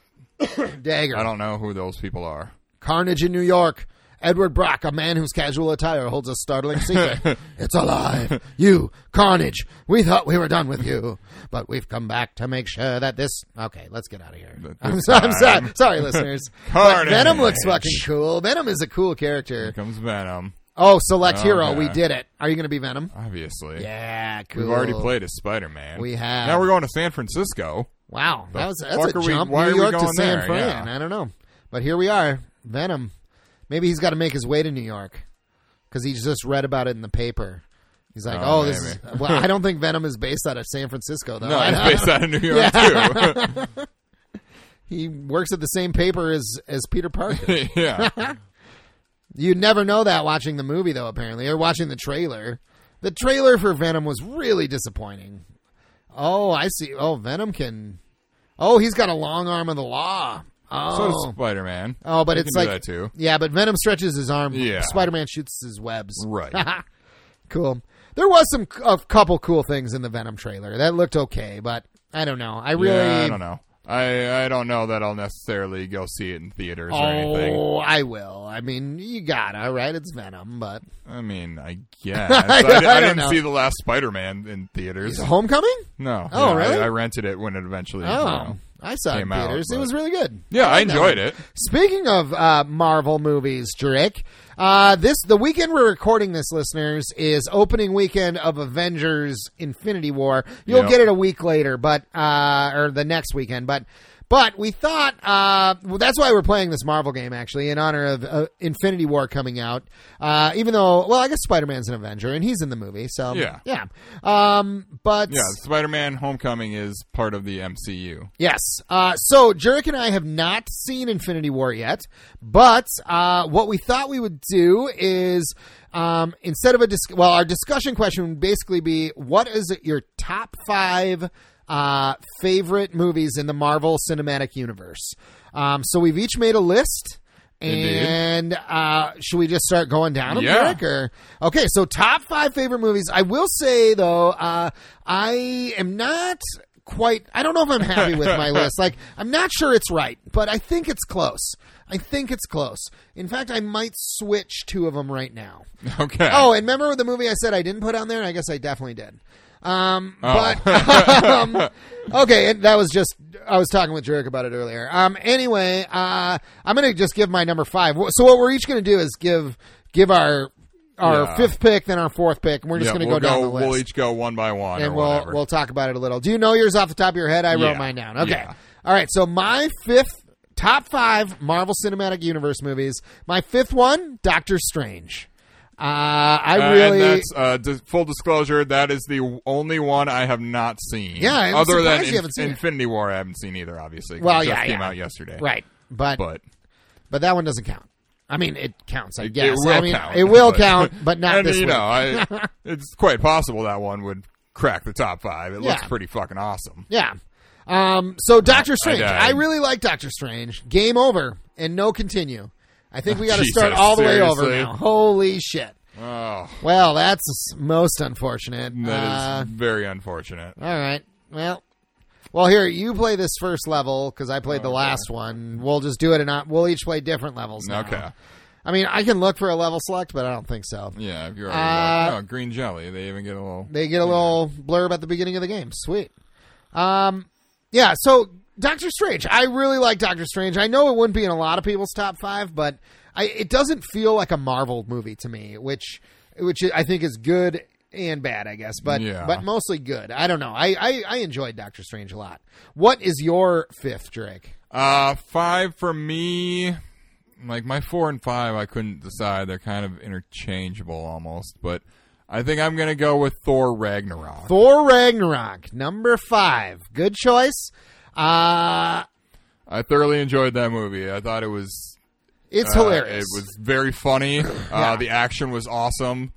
dagger. I don't know who those people are. Carnage in New York. Edward Brock, a man whose casual attire holds a startling secret. it's alive. You, Carnage. We thought we were done with you, but we've come back to make sure that this. Okay, let's get out of here. That I'm, this so, I'm sorry, time- sorry, listeners. But Carnage. Venom looks fucking cool. Venom is a cool character. Here comes Venom. Oh, select Oh, hero. yeah. We did it. Are you going to be Venom? Obviously. Yeah, cool. We've already played as Spider Man. We have. Now we're going to San Francisco. Wow, that was that's fuck a are we- jump. why New are we York to going San there? Fran. Yeah. I don't know, but here we are. Venom. Maybe he's got to make his way to New York because he just read about it in the paper. He's like, Oh, "Oh, this is." maybe. Well, I don't think Venom is based out of San Francisco though. No, Oh, I it's don't- based out of New York he works at the same paper as as Peter Parker. too. yeah. You'd never know that watching the movie though. Apparently, or watching the trailer. The trailer for Venom was really disappointing. Oh, I see. Oh, Venom can. Oh, he's got a long arm of the law. Oh, So Spider Man. Oh, but it's can like do that too. yeah, but Venom stretches his arm. Yeah. Spider-Man shoots his webs. Right. cool. There was some a couple cool things in the Venom trailer that looked okay, but I don't know. I really Yeah, I don't know. I, I don't know that I'll necessarily go see it in theaters or anything. Oh, I will. I mean, you gotta right. It's Venom, but I mean, I guess. I I, don't I didn't know. see the last Spider Man in theaters. Homecoming. No. Oh, Yeah, I- really? I, rented it when it eventually. you Oh, know. I saw it in Came out, theaters. it but- was really good. Yeah, I like that one. enjoyed it. Speaking of uh, Marvel movies, Drake, uh, this the weekend we're recording this, listeners, is opening weekend of Avengers: Infinity War. You'll Yep. get it a week later, but uh, or the next weekend, but. But we thought uh, well, that's why we're playing this Marvel game actually in honor of uh, Infinity War coming out. Uh, even though, well, I guess Spider Man's an Avenger and he's in the movie, so Yeah. yeah. Um, but Yeah, Spider Man Homecoming is part of the MCU. Yes. Uh, so Jurek and I have not seen Infinity War yet, but uh, what we thought we would do is um, instead of a dis- well, our discussion question would basically be what is it your top five uh, favorite movies in the Marvel Cinematic Universe? Um, so we've each made a list. Indeed. And uh, should we just start going down them, Yeah. Jurek, or- okay, so top five favorite movies. I will say though, uh, I am not quite. I don't know if I'm happy with my list. Like, I'm not sure it's right, but I think it's close. I think it's close. In fact, I might switch two of them right now. Okay. Oh, and remember the movie I said I didn't put on there? I guess I definitely did. Um, Oh. but um, okay, and that was just I was talking with Jerick about it earlier. Um, anyway, uh, I'm gonna just give my number five. Wh- So what we're each gonna do is give give our our Yeah. fifth pick, then our fourth pick, and we're just yeah, gonna we'll go down the list We'll each go one by one, and or we'll whatever. we'll talk about it a little. Do you know yours off the top of your head? I wrote Yeah. mine down. Okay. Yeah. All right. So my fifth top five Marvel Cinematic Universe movies. My fifth one, Doctor Strange. Uh, I Uh, really. and that's uh, dis- full disclosure. That is the only one I have not seen. Yeah, I'm other than surprised you haven't seen it. Infinity War, I haven't seen either. Obviously, 'cause Well, it just yeah, came yeah. out yesterday. Right. But, but but that one doesn't count. I mean, it counts. I it, guess. it will I mean, count. it will count, but not and, this you week. know, I, it's quite possible that one would crack the top five. It looks Yeah. pretty fucking awesome. Yeah. Um, so Doctor Strange, died. I, really like Doctor Strange. Game over and no continue. I think we got to Jesus, start all the way over seriously? now. Holy shit. Oh, Well, that's most unfortunate. that Uh, is very unfortunate. All right. Well, well, here you play this first level because I played the last one. We'll just do it, and I, we'll each play different levels. now. Okay. I mean, I can look for a level select, but I don't think so. Yeah, if you're Uh, already like, oh, green jelly, they even get a little. They get a little blurb at the beginning of the game. Sweet. Um, yeah. So Doctor Strange, I really like Doctor Strange. I know it wouldn't be in a lot of people's top five, but I, it doesn't feel like a Marvel movie to me, which which I think is good and bad, I guess. But Yeah. but mostly good. I don't know. I, I I enjoyed Doctor Strange a lot. What is your fifth, Drake? Uh, five for me. Like my four and five, I couldn't decide. They're kind of interchangeable almost, but I think I'm gonna go with Thor Ragnarok. Thor Ragnarok, number five. Good choice. Uh I thoroughly enjoyed that movie. I thought it was it's uh, hilarious. It was very funny. Uh, The action was awesome.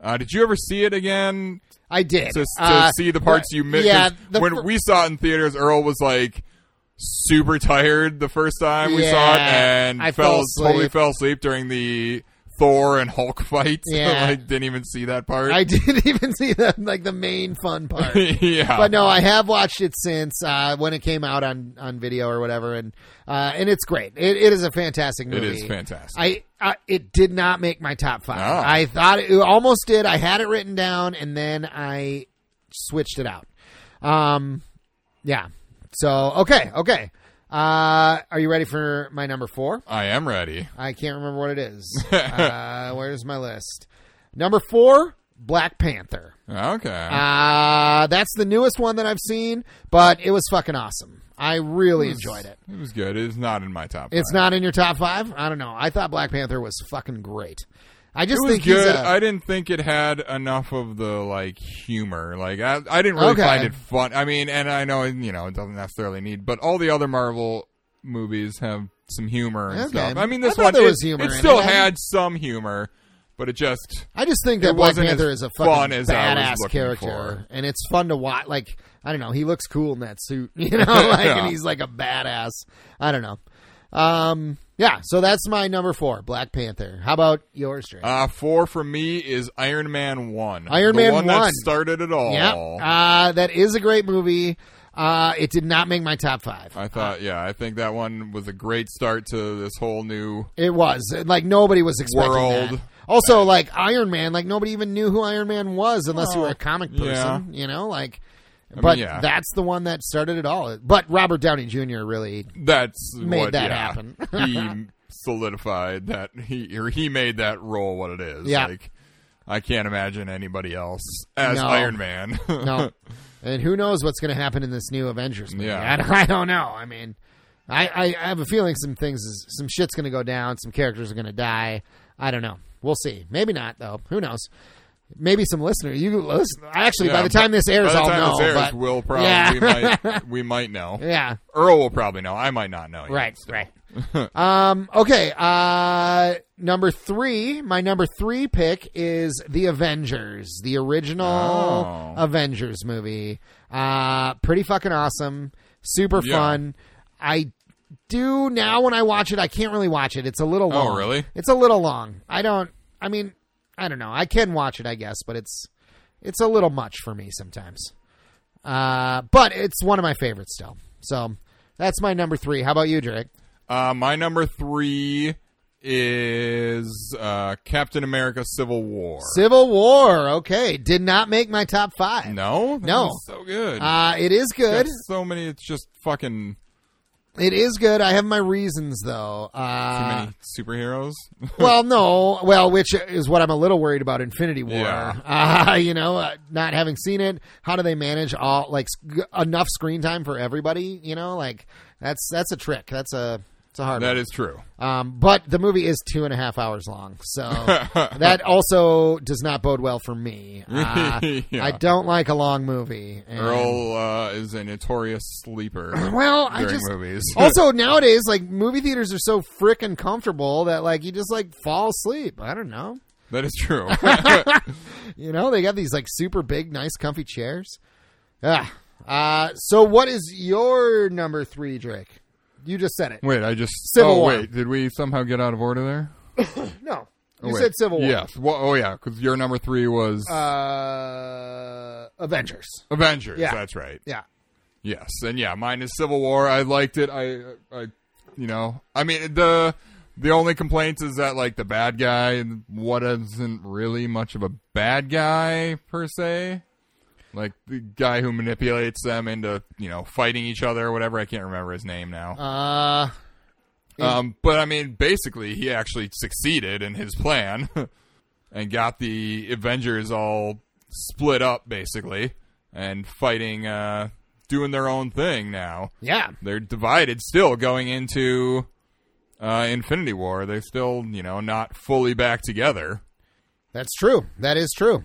Uh, did you ever see it again? I did. to, to Uh, see the parts wh- you missed. Yeah, the when fir- we saw it in theaters, Earl was like super tired the first time we Yeah, saw it, and I fell fell totally asleep. fell asleep during the Thor and Hulk fight. Yeah. I didn't even see that part. I didn't even see the like the main fun part. yeah, but no, I have watched it since uh, when it came out on, on video or whatever, and uh, and it's great. It, it is a fantastic it movie. is fantastic. I, I it did not make my top five. Oh. I thought it, it almost did. I had it written down, and then I switched it out. Um, yeah. So okay, okay. Uh, are you ready for my number four? I, am ready. I can't remember what it is. uh, where's my list? Number four, Black Panther. Okay, Uh, that's the newest one that I've seen, but it was fucking awesome. I really enjoyed it. it was good. It's not in my top. It's five. not in your top five. I don't know. I thought Black Panther was fucking great. I just It was think he's good. a- I didn't think it had enough of the like humor. Like I, I didn't really Okay. find it fun. I mean, and I know you know it doesn't necessarily need, but all the other Marvel movies have some humor and Okay. stuff. I mean, I this thought one there it- was humor It in still it. I- had some humor, but it just I just think that It Black wasn't Panther is as a fun fucking as I was badass looking character, for. and it's fun to watch. Like I don't know, he looks cool in that suit, you know, like, Yeah. and he's like a badass. I don't know. Um, yeah, so that's my number four, Black Panther. How about yours, Drake? uh, four for me is Iron Man one. Iron The Man one that 1. started it all. yeah, uh, that is a great movie. Uh, it did not make my top five. I thought, yeah, I think that one was a great start to this whole new. It was like nobody was expecting World. that. Also, like Iron Man, like nobody even knew who Iron Man was unless you were a comic person, yeah. you know, like. mean, But yeah. that's the one that started it all. But Robert Downey Jr. really That's Made what, that yeah, happen. he solidified that he or he made that role what it is. Yeah. Like I can't imagine anybody else as No. Iron Man. no. and who knows what's going to happen in this new Avengers movie? Yeah. I, don't- I don't know. I mean, I, I, I have a feeling some things, is, some shit's going to go down. Some characters are going to die. I don't know. We'll see. Maybe not though. Who knows? Maybe some listener. You listen. Actually, Yeah, by the time this By airs, the I'll time know. this airs, but- we'll probably Yeah. we, might, we might know. yeah. Earl will probably know. I might not know. yet. Right, right. Oh, um, okay. Uh, number three, my number three pick is The Avengers, the original Oh. Avengers movie. Uh, pretty fucking awesome. Super Yeah. fun. I do now when I watch it, I can't really watch it. It's a little long. Oh, really? It's a little long. I don't, I mean, I don't know. I can watch it, I guess, but it's, it's a little much for me sometimes. Uh, but it's one of my favorites still. So that's my number three. How about you, Drake? Uh, my number three is uh, Captain America: Civil War. Civil War. Okay, did not make my top five. no, That No. one's so good. Uh, it is good. Got so many. It's just fucking It is good. I have my reasons though. too Uh, many superheroes. well, no, well, which is what I'm a little worried about. Infinity War. Yeah. Uh, you know, uh, not having seen it, how do they manage all like sc- enough screen time for everybody? You know, like that's that's a trick. That's a it's a hard. one. that is true. Um, but the movie is two and a half hours long, so that also does not bode well for me. Uh, Yeah. I don't like a long movie. and- Earl uh, is a notorious sleeper. Um, Well, I during just Oh. movies. also nowadays like movie theaters are so frickin' comfortable that like you just like fall asleep. I don't know. that is true. You know they got these like super big, nice, comfy chairs. Ah. Uh, so what is your number three, Drake? You just said it. wait, I just. Civil oh War. wait, did we somehow get out of order there? No, Oh, you wait. said Civil War. Yes. Well, oh yeah, because your number three was Uh, Avengers. Avengers. yeah. That's right. Yeah. Yes, and yeah, mine is Civil War. I liked it. I, I, you know, I mean the the only complaint is that like the bad guy what isn't really much of a bad guy per se. Like the guy who manipulates them into you know fighting each other or whatever. I can't remember his name now. Uh, Um, but I mean, basically, he actually succeeded in his plan and got the Avengers all split up, basically, and fighting, uh, doing their own thing now. yeah. They're divided still going into uh, Infinity War. They're still, you know, not fully back together. That's true. That is true.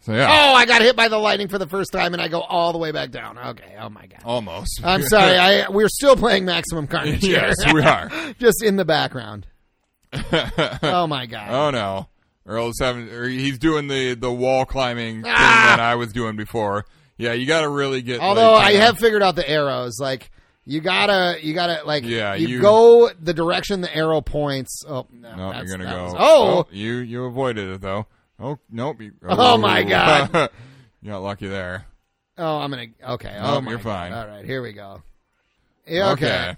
So, yeah, Oh, I got hit by the lightning for the first time, and I go all the way back down. Okay. Oh my god. almost. I'm sorry. I we're still playing Maximum Carnage. here. yes, we are. Just in the background. oh my god. Oh, no. Earl's having, or he's doing the the wall climbing thing that I was doing before. Yeah, you got to really get. Ah! Although like, I uh, have figured out the arrows, like you gotta, you gotta, like Yeah, you, you- go the direction the arrow points. Oh no, No, that's- you're gonna that go. was- oh, you you avoided it though. Oh nope. You, Oh, my God. you got lucky there. oh, I'm gonna. Okay, Nope, oh, my you're God. fine. All right, here we go. Yeah, okay.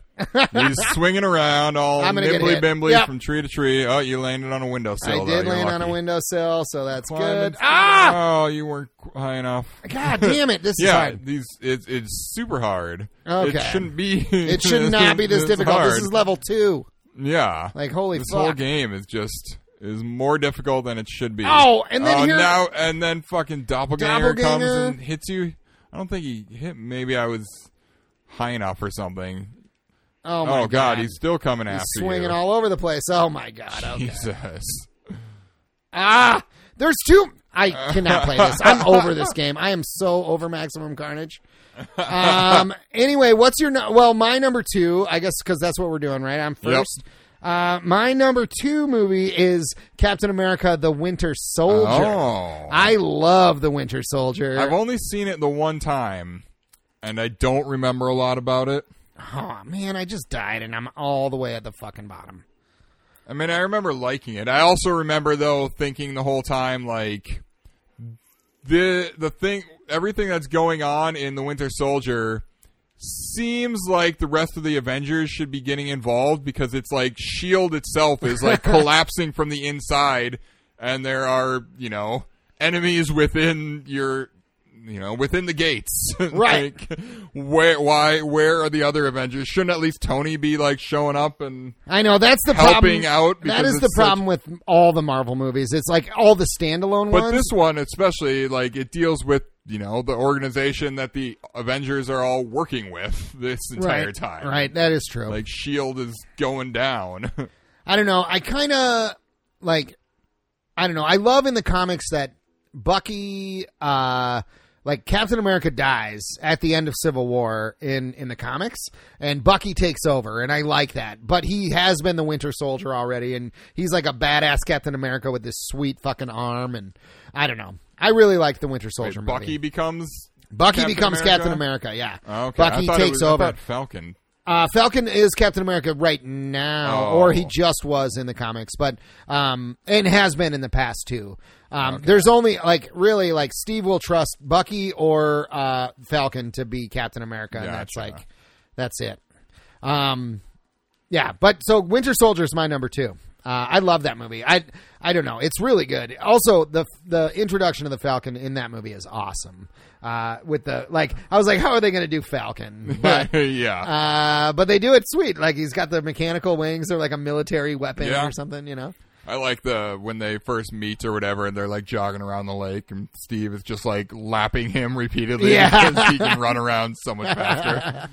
He's swinging around all I'm gonna get nimbly hit. bimbly Yep. from tree to tree. Oh, you landed on a I windowsill. though. did You're land on a lucky. windowsill, so that's Climb good. and- Ah, Oh, you weren't qu- high enough. god damn it! This is Yeah, hard. these it's it's super hard. Okay. It shouldn't be. It should not be this it's difficult. hard. This is level two. yeah. Like holy this fuck! whole game is just is more difficult than it should be. Oh, and then Oh, here- now and then fucking doppelganger, comes Doppelganger. and hits you. I don't think he hit. Maybe I was high enough or something. Oh Oh, my god. he's still coming He's after swinging you. all over the place. Oh my god! Okay. Jesus. Ah, there's two. I cannot play this. I'm over this game. I am so over Maximum Carnage. Um. Anyway, what's your nu- well? My number two, I guess, because that's what we're doing, right? I'm first. Uh, my number two movie is Captain America: The Winter Soldier. Oh. I love The Winter Soldier. I've only seen it the one time, and I don't remember a lot about it. oh man, I just died, and I'm all the way at the fucking bottom. I mean, I remember liking it. I also remember though thinking the whole time like the the thing everything that's going on in the Winter Soldier seems like the rest of the Avengers should be getting involved because it's like Shield E itself is like collapsing from the inside and there are, you know, enemies within your you know, within the gates. Right. like, where why where are the other Avengers? Shouldn't at least Tony be like showing up and I know that's the Helping problem. out That because is the it's such- problem with all the Marvel movies. It's like all the standalone But ones. this one, especially, like it deals with you know the organization that the Avengers are all working with this entire right, time. right? That is true. Like Shield E is going down. I don't know. I kind of like. I don't know. I love in the comics that Bucky, uh, like Captain America, dies at the end of Civil War in in the comics, and Bucky takes over, and I like that. But he has been the Winter Soldier already, and he's like a badass Captain America with this sweet fucking arm, and I don't know. I really like the Winter Soldier. movie. Bucky becomes Bucky Captain becomes America? Captain America. Yeah, Okay, I Bucky thought it takes was- I over. thought Falcon. Uh, Falcon is Captain America right now, Oh. or he just was in the comics, but um, and has been in the past too. Um, There's only like really like Steve will trust Bucky or uh, Falcon to be Captain America, and that's Gotcha. like that's it. Um, yeah, but so Winter Soldier is my number two. Uh, I love that movie. I I don't know. It's really good. Also, the the introduction of the Falcon in that movie is awesome. Uh, with the like, I was like, how are they going to do Falcon? But yeah. uh, but they do it sweet. Like he's got the mechanical wings or like a military weapon Yeah. or something, you know? I like the when they first meet or whatever, and they're like jogging around the lake, and Steve is just like lapping him repeatedly Yeah. because he can run around so much faster.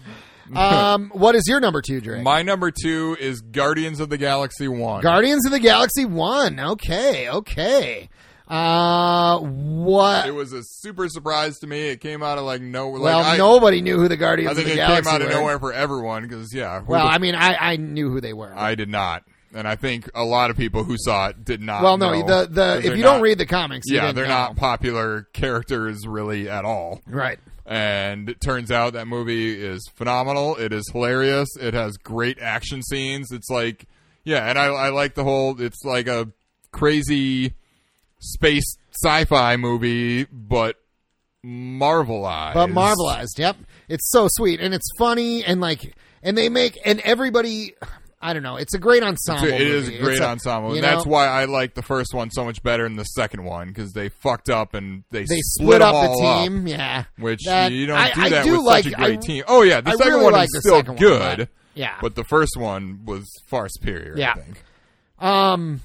Um, what is your number two, Drake? My number two is Guardians of the Galaxy One. Guardians of the Galaxy One. Okay, okay. Uh, what? it was a super surprise to me. It came out of like nowhere. well, like, I, nobody knew who the Guardians I think of it the Galaxy came out of were. nowhere for everyone because yeah, who Well, the- I mean, I, I knew who they were. I did not, and I think a lot of people who saw it did not. well, no, know, the 'cause the they're if you not- don't read the comics, you yeah, didn't they're know. not popular characters really at all. right. And it turns out that movie is phenomenal. It is hilarious. It has great action scenes. It's like, yeah, and I, I like the whole. It's like a crazy space sci-fi movie, but marvelized. But marvelized, yep. It's so sweet and it's funny and like and they make and everybody. I don't know. It's a great ensemble. It is movie. a great It's ensemble, you and that's know? why I like the first one so much better than the second one because they fucked up and they, they split, split up them all the team. Yeah, which That- you don't I- do I that do with like, such a great I- team. Oh yeah, the I second really one like is the still second one, good, but- yeah. but the first one was far superior. Yeah. I think. Um,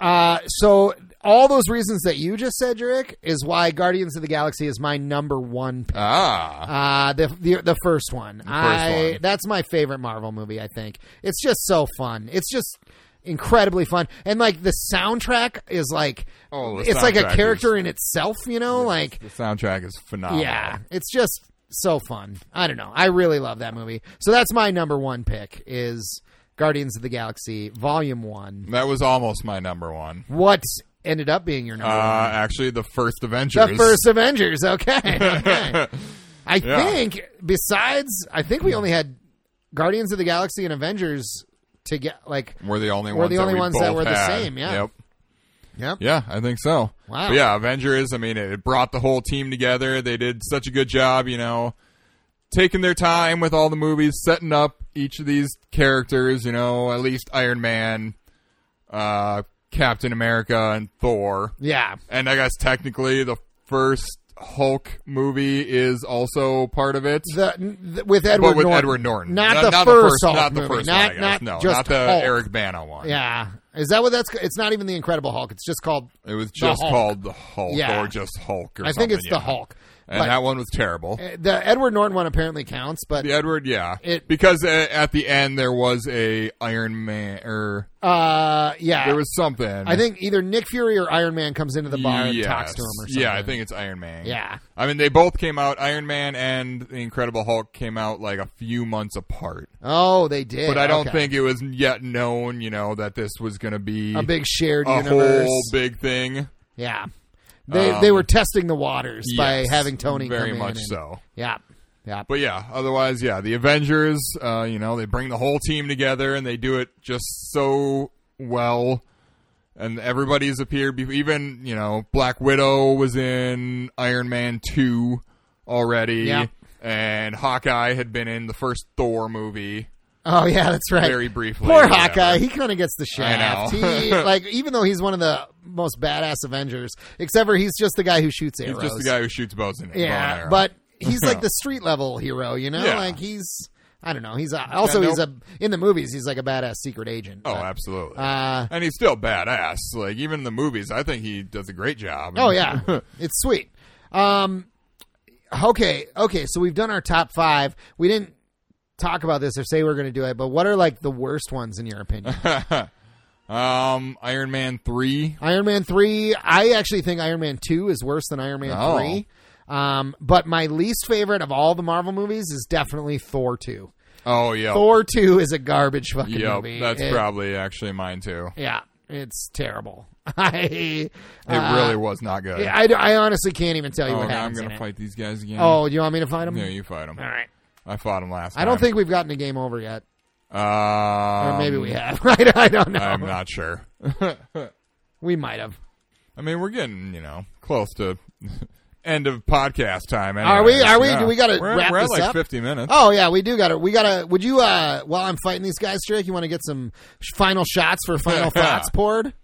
Uh, so all those reasons that you just said, Jerick, is why Guardians of the Galaxy is my number one. Pick. Ah, Uh, the, the the first one. I one. that's my favorite Marvel movie. I think it's just so fun. It's just incredibly fun, and like the soundtrack is like Oh, the it's like a soundtrack character in itself. You know, like the soundtrack is phenomenal. yeah, Oh, it's just so fun. I don't know. I really love that movie. So that's my number one pick is Guardians of the Galaxy Volume One. that was almost my number one. What ended up being your number Uh, actually, the first Avengers. one? The first Avengers. Okay. okay. I Yeah. think besides, I think we only had Guardians of the Galaxy and Avengers to get like. We're the only We're ones. the only that we ones that both were the had. same, yeah. Yep. Yep. Yeah, I think so. Wow. But yeah, Avengers. I mean, it brought the whole team together. They did such a good job, you know, taking their time with all the movies, setting up each of these characters. You know, at least Iron Man, uh, Captain America, and Thor. Yeah. And I guess technically, the first Hulk movie is also part of it. The, th- with Edward but with Norton. Edward Norton, Not, the, not first Hulk not the movie. first not, one, I guess. not no, just not the Hulk. Eric Bana one. Yeah. Is that what that's? It's not even the Incredible Hulk. It's just called. It was just Hulk. called the Hulk, Yeah. or just Hulk, or I think something, it's the yeah. Hulk. And But that one was terrible. uh, the Edward Norton one apparently counts, but The Edward, yeah, It- because uh, at the end there was a Iron Man, or uh, yeah, there was something. I think either Nick Fury or Iron Man comes into the bar and talks to him or something. Yeah, I think it's Iron Man. Yeah. I mean they both came out. Iron Man and the Incredible Hulk came out like a few months apart, Oh, they did. but I don't Okay. think it was yet known, you know, that this was going to be a big shared a universe. whole big thing. yeah, they they Um, were testing the waters by Yes, having Tony very come in much and- so. Yeah, yeah, But yeah, otherwise, yeah, the Avengers, uh, you know, they bring the whole team together and they do it just so well. And everybody's appeared. be- Even you know, Black Widow was in Iron Man two already, Yeah. and Hawkeye had been in the first Thor movie oh yeah, that's right. very briefly. Poor or whatever. Hawkeye, he kind of gets the shaft. I know. He, like, even though he's one of the most badass Avengers, except for he's just the guy who shoots He's arrows. just the guy who shoots bows and bow and Yeah, arrow. but he's like the street level hero, you know? Yeah. Like he's I don't know. He's a, also no- he's a in the movies he's like a badass secret agent. oh, but, absolutely. uh, and he's still badass. Like even in the movies, I think he does a great job. oh yeah, it's sweet. Um, okay, okay. So we've done our top five. We didn't talk about this or say we are going to do it, but what are like the worst ones in your opinion? um, Iron Man three. Iron Man three. I actually think Iron Man two is worse than Iron Man Oh. three. Um, but my least favorite of all the Marvel movies is definitely Thor two. Oh yeah. Thor two is a garbage fucking Yep, movie. that's It- probably actually mine too. Yeah, it's terrible. I It really was not good. I, Uh, I honestly can't even tell you oh, what now I'm happens. gonna in it. fight these guys again. Oh, you want me to fight him? yeah, you fight them. All right. I fought them last. I don't time. think we've gotten a game over yet, or Uh, maybe we have. Right? I don't know. I'm not sure. We might have. I mean, we're getting you know close to end of podcast time. Are we- anyways. are we- Yeah. do we gotta We're, at- wrap we're this at like up? 50 minutes. Oh yeah, we do got to. We got to. Would you? uh While I'm fighting these guys, Drake, you want to get some sh- final shots for final thoughts poured?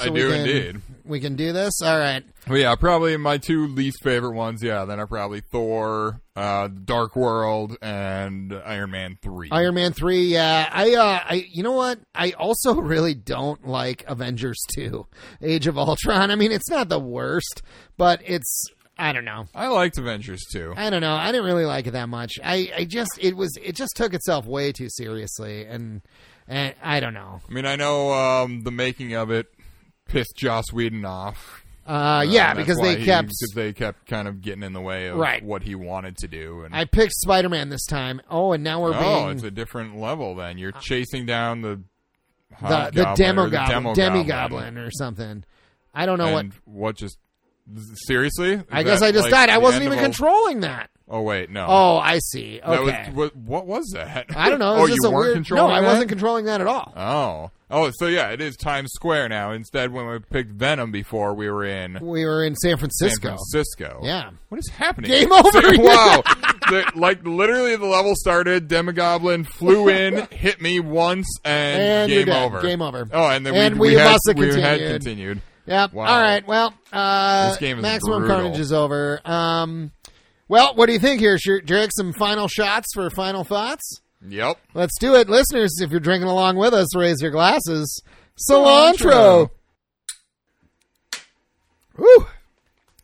I we do can- indeed. We can do this. All right. But yeah, probably my two least favorite ones. Yeah, then are probably Thor, uh, Dark World, and Iron Man Three. Iron Man three, yeah. I, uh, I, you know what? I also really don't like Avengers two, Age of Ultron. I mean, it's not the worst, but it's I don't know. I liked Avengers too. I don't know. I didn't really like it that much. I, I just it was it just took itself way too seriously, and and I don't know. I mean, I know um, the making of it pissed Joss Whedon off. Uh, yeah, And that's because why they he- kept. because they kept kind of getting in the way of Right. what he wanted to do. And I picked Spider Man this time. Oh, and now we're oh, being Uh, it's a different level. Then you're chasing down the the, Hobgoblin the or demo the goblin, demo demi goblin, or something. I don't know what. and what? just seriously? Is I guess that, I just like, died. I the wasn't end even of a- controlling that. Oh wait, no. Oh, I see. Okay. that was what, what was that? I don't know. It oh, was just you a weren't weird. controlling. no, I that? wasn't controlling that at all. Oh, oh, so yeah, it is Times Square now. Instead, when we picked Venom before, we were in We were in San Francisco. San Francisco. Yeah. What is happening? Game over. wow. The- like literally, the level started. Demogoblin flew in, hit me once, and, And you're game dead. over. Game over. Oh, and then And we, we had, must have we had continued. continued. Yep. Wow. All right. Well, uh, This game is maximum brutal. carnage is over. Um, well, what do you think here, Sh- Drake? Some final shots for final thoughts. Yep. Let's do it, listeners. If you're drinking along with us, raise your glasses. Cilantro. Woo.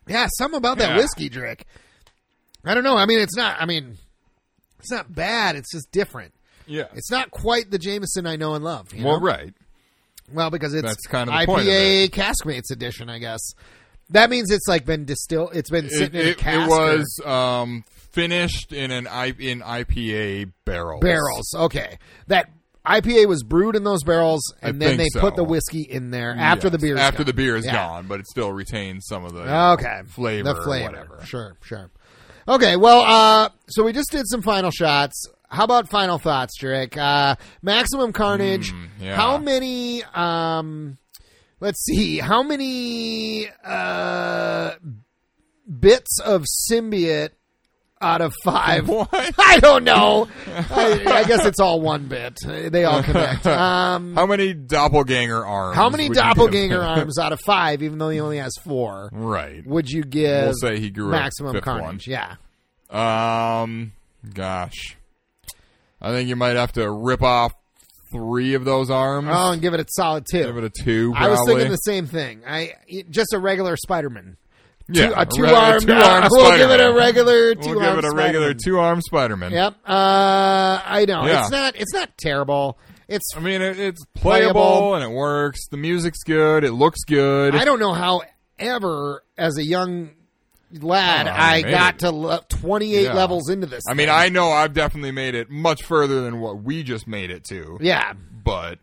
Yeah, something about that Yeah. whiskey, Drake. I don't know. I mean, it's not. I mean, it's not bad. It's just different. Yeah. It's not quite the Jameson I know and love. you well, know? right. Well, because it's That's kind of IPA the point of Caskmates edition, I guess. That means it's like been distilled. It's been It, sitting in a it- it cask or was um, finished in an I, in IPA barrels. barrels. Okay, that IPA was brewed in those barrels, and I then they think put so. the whiskey in there after Yes, the beer. after the beer is Yeah. gone, but it still retains some of the you know, Okay. flavor, The or flavor. whatever. Sure, sure. Okay, well, uh, so we just did some final shots. How about final thoughts, Drake? Uh, maximum carnage. Hmm, yeah. How many, um, let's see, how many, uh, bits of symbiote out of five? What? I don't know. I, I guess it's all one bit. They all connect. Um, How many doppelganger arms? how many would you give doppelganger him? arms out of five, even though he only has four? Right. would you give We'll say he grew a maximum fifth carnage? Yeah. Um, gosh, I think you might have to rip off three of those arms. Oh, and give it a solid two. Give it a two. I was probably. thinking the same thing. I just a regular Spider-Man. yeah, Two- a two re- arm. two-arm we'll give it a Spider-Man. regular two We'll give it a regular two-arm Spider-Man. Yep. Uh, I know Yeah. it's not. It's not terrible. It's. I mean, it, it's Playable. playable, and it works. The music's good. It looks good. I don't know how ever as a young lad Oh, I man. got to le- 28 Yeah. levels into this. I mean, thing. I know I've definitely made it much further than what we just made it to, yeah. but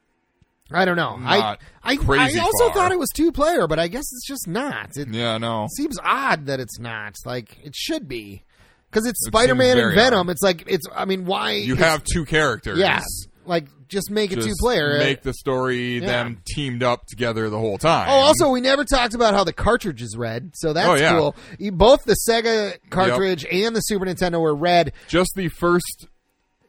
I don't know. I Not I, crazy I also far. thought it was two player, but I guess it's just not. It, yeah, no. seems odd that it's not. Like it should be, because it's It Spider Man seems and very Venom. It's like it's. I mean, why You it's- have two characters. yeah, like just make it Just two player. Uh, Make the story them teamed up together the whole time. Oh, also, we never talked about how the cartridge is red, so that's Oh, yeah. cool. You- Both the Sega cartridge and the Super Nintendo were red. just the first Ju-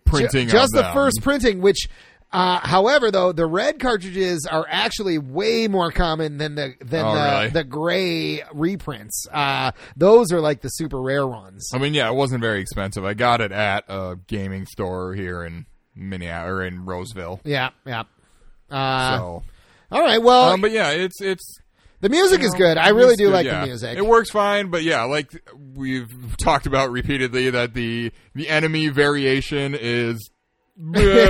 printing. just of the them. first printing, which. Uh, however, though the red cartridges are actually way more common than the than Oh, the, really? the gray reprints. Uh, those are like the super rare ones. I mean, yeah, it wasn't very expensive. I got it at a gaming store here in Minneapolis or in Roseville. Yeah, yeah. Uh, so, All right. Well, um, but yeah, it's it's the music is know, good. I really it's do good, like yeah. the music. It works fine, but yeah, like we've talked about repeatedly, that the the enemy variation is uh,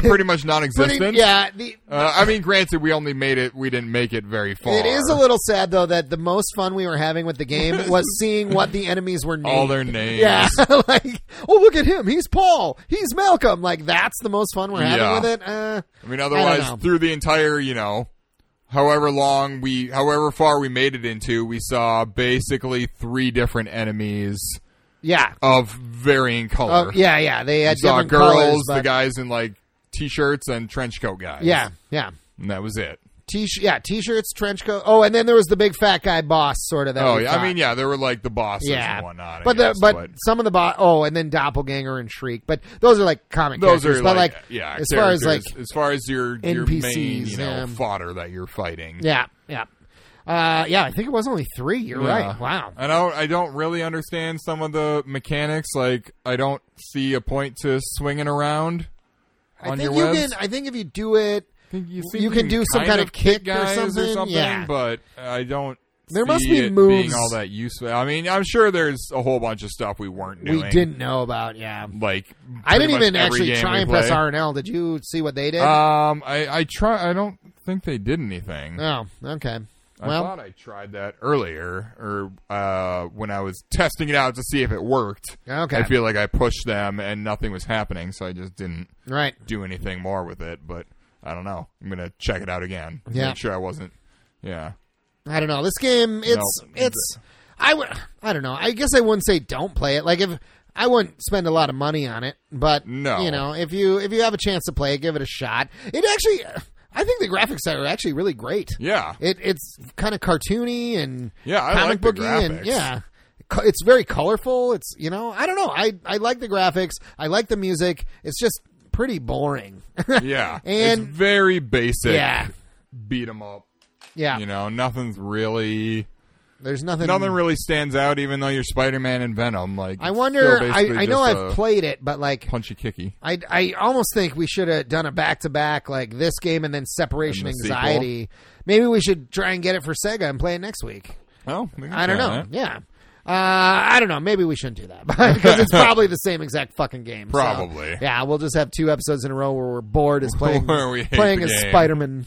pretty much Pretty- non-existent. yeah. The, Uh, I mean, granted, we only made it. We didn't make it very far. it is a little sad though that the most fun we were having with the game was seeing what the enemies were named. all their names. yeah, like oh look at him, he's Paul, he's Malcolm. Like that's the most fun we're having Yeah. with it. Uh, I mean, otherwise, know. through the entire, you know, however long we, however far we made it into, we saw basically three different enemies yeah, of varying color. oh yeah, yeah. They had We saw different girls, colors, the but- guys in like t-shirts and trench coat guys. Yeah, yeah. and that was it. T shirt, yeah, t shirts, trench coat. Oh, and then there was the big fat guy boss, sort of. That Oh we yeah, I thought. mean, yeah, there were like the bosses yeah, and whatnot. I but guess, the but, some of the bo- oh, and then Doppelganger and Shriek, but those are like comic those characters. are but like, like yeah, as far as like characters, as far as your your main NPCs, you know yeah. fodder that you're fighting. yeah yeah uh, yeah. I think it was only three. You're Yeah. right. Wow. I don't I don't really understand some of the mechanics. Like I don't see a point to swinging around I on think your you webs. can. I think if you do it, you, you can do some kind of kick or guys something, yeah. but I don't. There must see be it moves- being all that useful. I mean, I'm sure there's a whole bunch of stuff we weren't doing. we didn't know about. Yeah, like. I pretty didn't much even every actually game try we and press play. R and L. Did you see what they did? Um, I I try. I don't think they did anything. oh, okay. I Well, thought I tried that earlier, or uh, when I was testing it out to see if it worked. Okay. I feel like I pushed them and nothing was happening, so I just didn't right. do anything more with it. But I don't know. I'm gonna check it out again. Yeah. Make sure I wasn't. Yeah. I don't know. This game, it's Nope. it's. I would. I don't know. I guess I wouldn't say don't play it. Like if I wouldn't spend a lot of money on it, but No. you know, if you if you have a chance to play, it, give it a shot. It actually, I think the graphics are actually really great. Yeah. It it's kind of cartoony and Yeah, I comic like the booky and graphics. yeah. Co- It's very colorful. It's you know I don't know I I like the graphics. I like the music. It's just pretty boring. Yeah. And- it's very basic. yeah, Beat 'em up. yeah. You know, nothing's really There's nothing. nothing really stands out, even though you're Spider-Man and Venom. Like I it's wonder. still I basically I know just I've a played it, but like punchy kicky. I, I almost think we should have done a back to back like this game and then separation And the anxiety. Maybe we should try and get it for Sega and play it next week. Oh, I don't know. Yeah. Uh, I don't know. Maybe we shouldn't do that because it's probably the same exact fucking game. so- Probably. yeah, we'll just have two episodes in a row where we're bored as playing Where we hate playing the as game. Spider Man.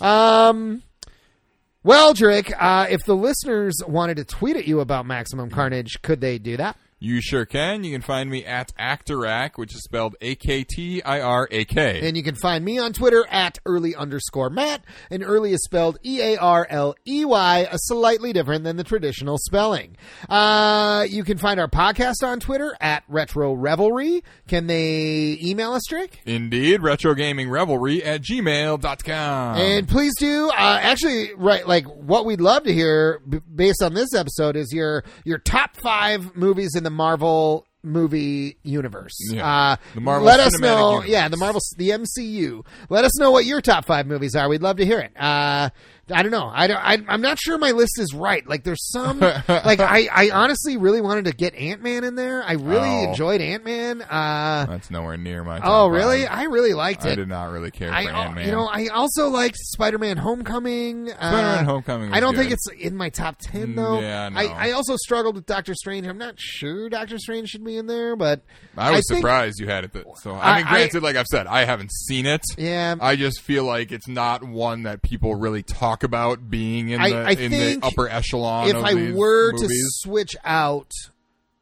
Um. Well, Drake, uh, if the listeners wanted to tweet at you about Maximum Carnage, could they do that? You sure can. You can find me at Actorac, which is spelled A K T I R A K. And you can find me on Twitter at early underscore Matt. And early is spelled E A R L E Y, a slightly different than the traditional spelling. Uh, you can find our podcast on Twitter at Retro Revelry. Can they email us, Drake? Indeed, retrogamingrevelry at gmail.com. And please do uh, actually right like what we'd love to hear b- based on this episode is your your top five movies in the Marvel movie universe. Yeah. Uh, The Marvel let us Cinematic know. Universe. Yeah, the Marvel the MCU. Let us know what your top five movies are. We'd love to hear it. Uh, I don't know. I don't. I, I'm not sure my list is right. Like there's some. like I, I honestly really wanted to get Ant Man in there. I really Oh. enjoyed Ant Man. Uh, That's nowhere near my. oh top really? five. I really liked I it. did not really care for I, Ant Man. you know, I also liked Spider-Man: Homecoming. Uh, Spider-Man Homecoming was I don't think good. it's in my top ten Mm, though. yeah, no. I, I also struggled with Doctor Strange. I'm not sure Doctor Strange should be in there, but I was think- surprised you had it. That, so I- I mean, I- granted, like I've said, I haven't seen it. Yeah. I just feel like it's not one that people really talk about being in I- the I in the think upper echelon. if of I these were to movies. switch out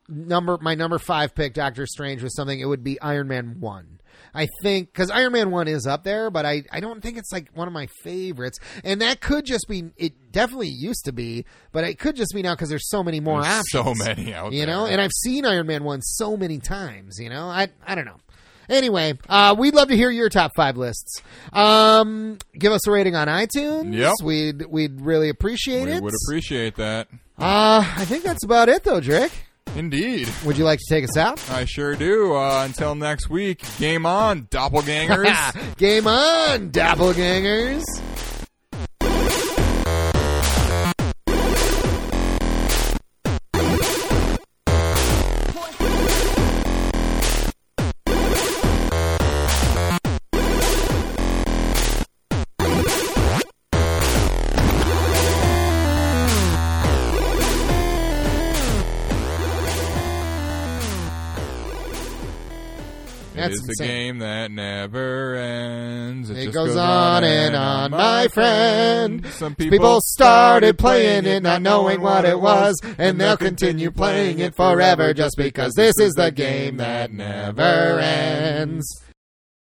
number my number five pick, Doctor Strange was something. It would be Iron Man one. I think because Iron Man one is up there, but I I don't think it's like one of my favorites. And that could just be it. Definitely used to be, but it could just be now because there's so many more There's options. so many out you there. know and i've seen iron man 1 so many times you know i i don't know anyway uh, we'd love to hear your top five lists um, give us a rating on itunes Yep. we'd we'd really appreciate we it would appreciate that. uh, i think that's about it though drake Indeed, would you like to take us out I sure do. Uh, until next week, game on, doppelgangers. game on doppelgangers That's it is insane. a game that never ends. It just goes on and on, my friend. Some people, started playing it not knowing what it was and they'll continue playing it forever just because this is the game that never ends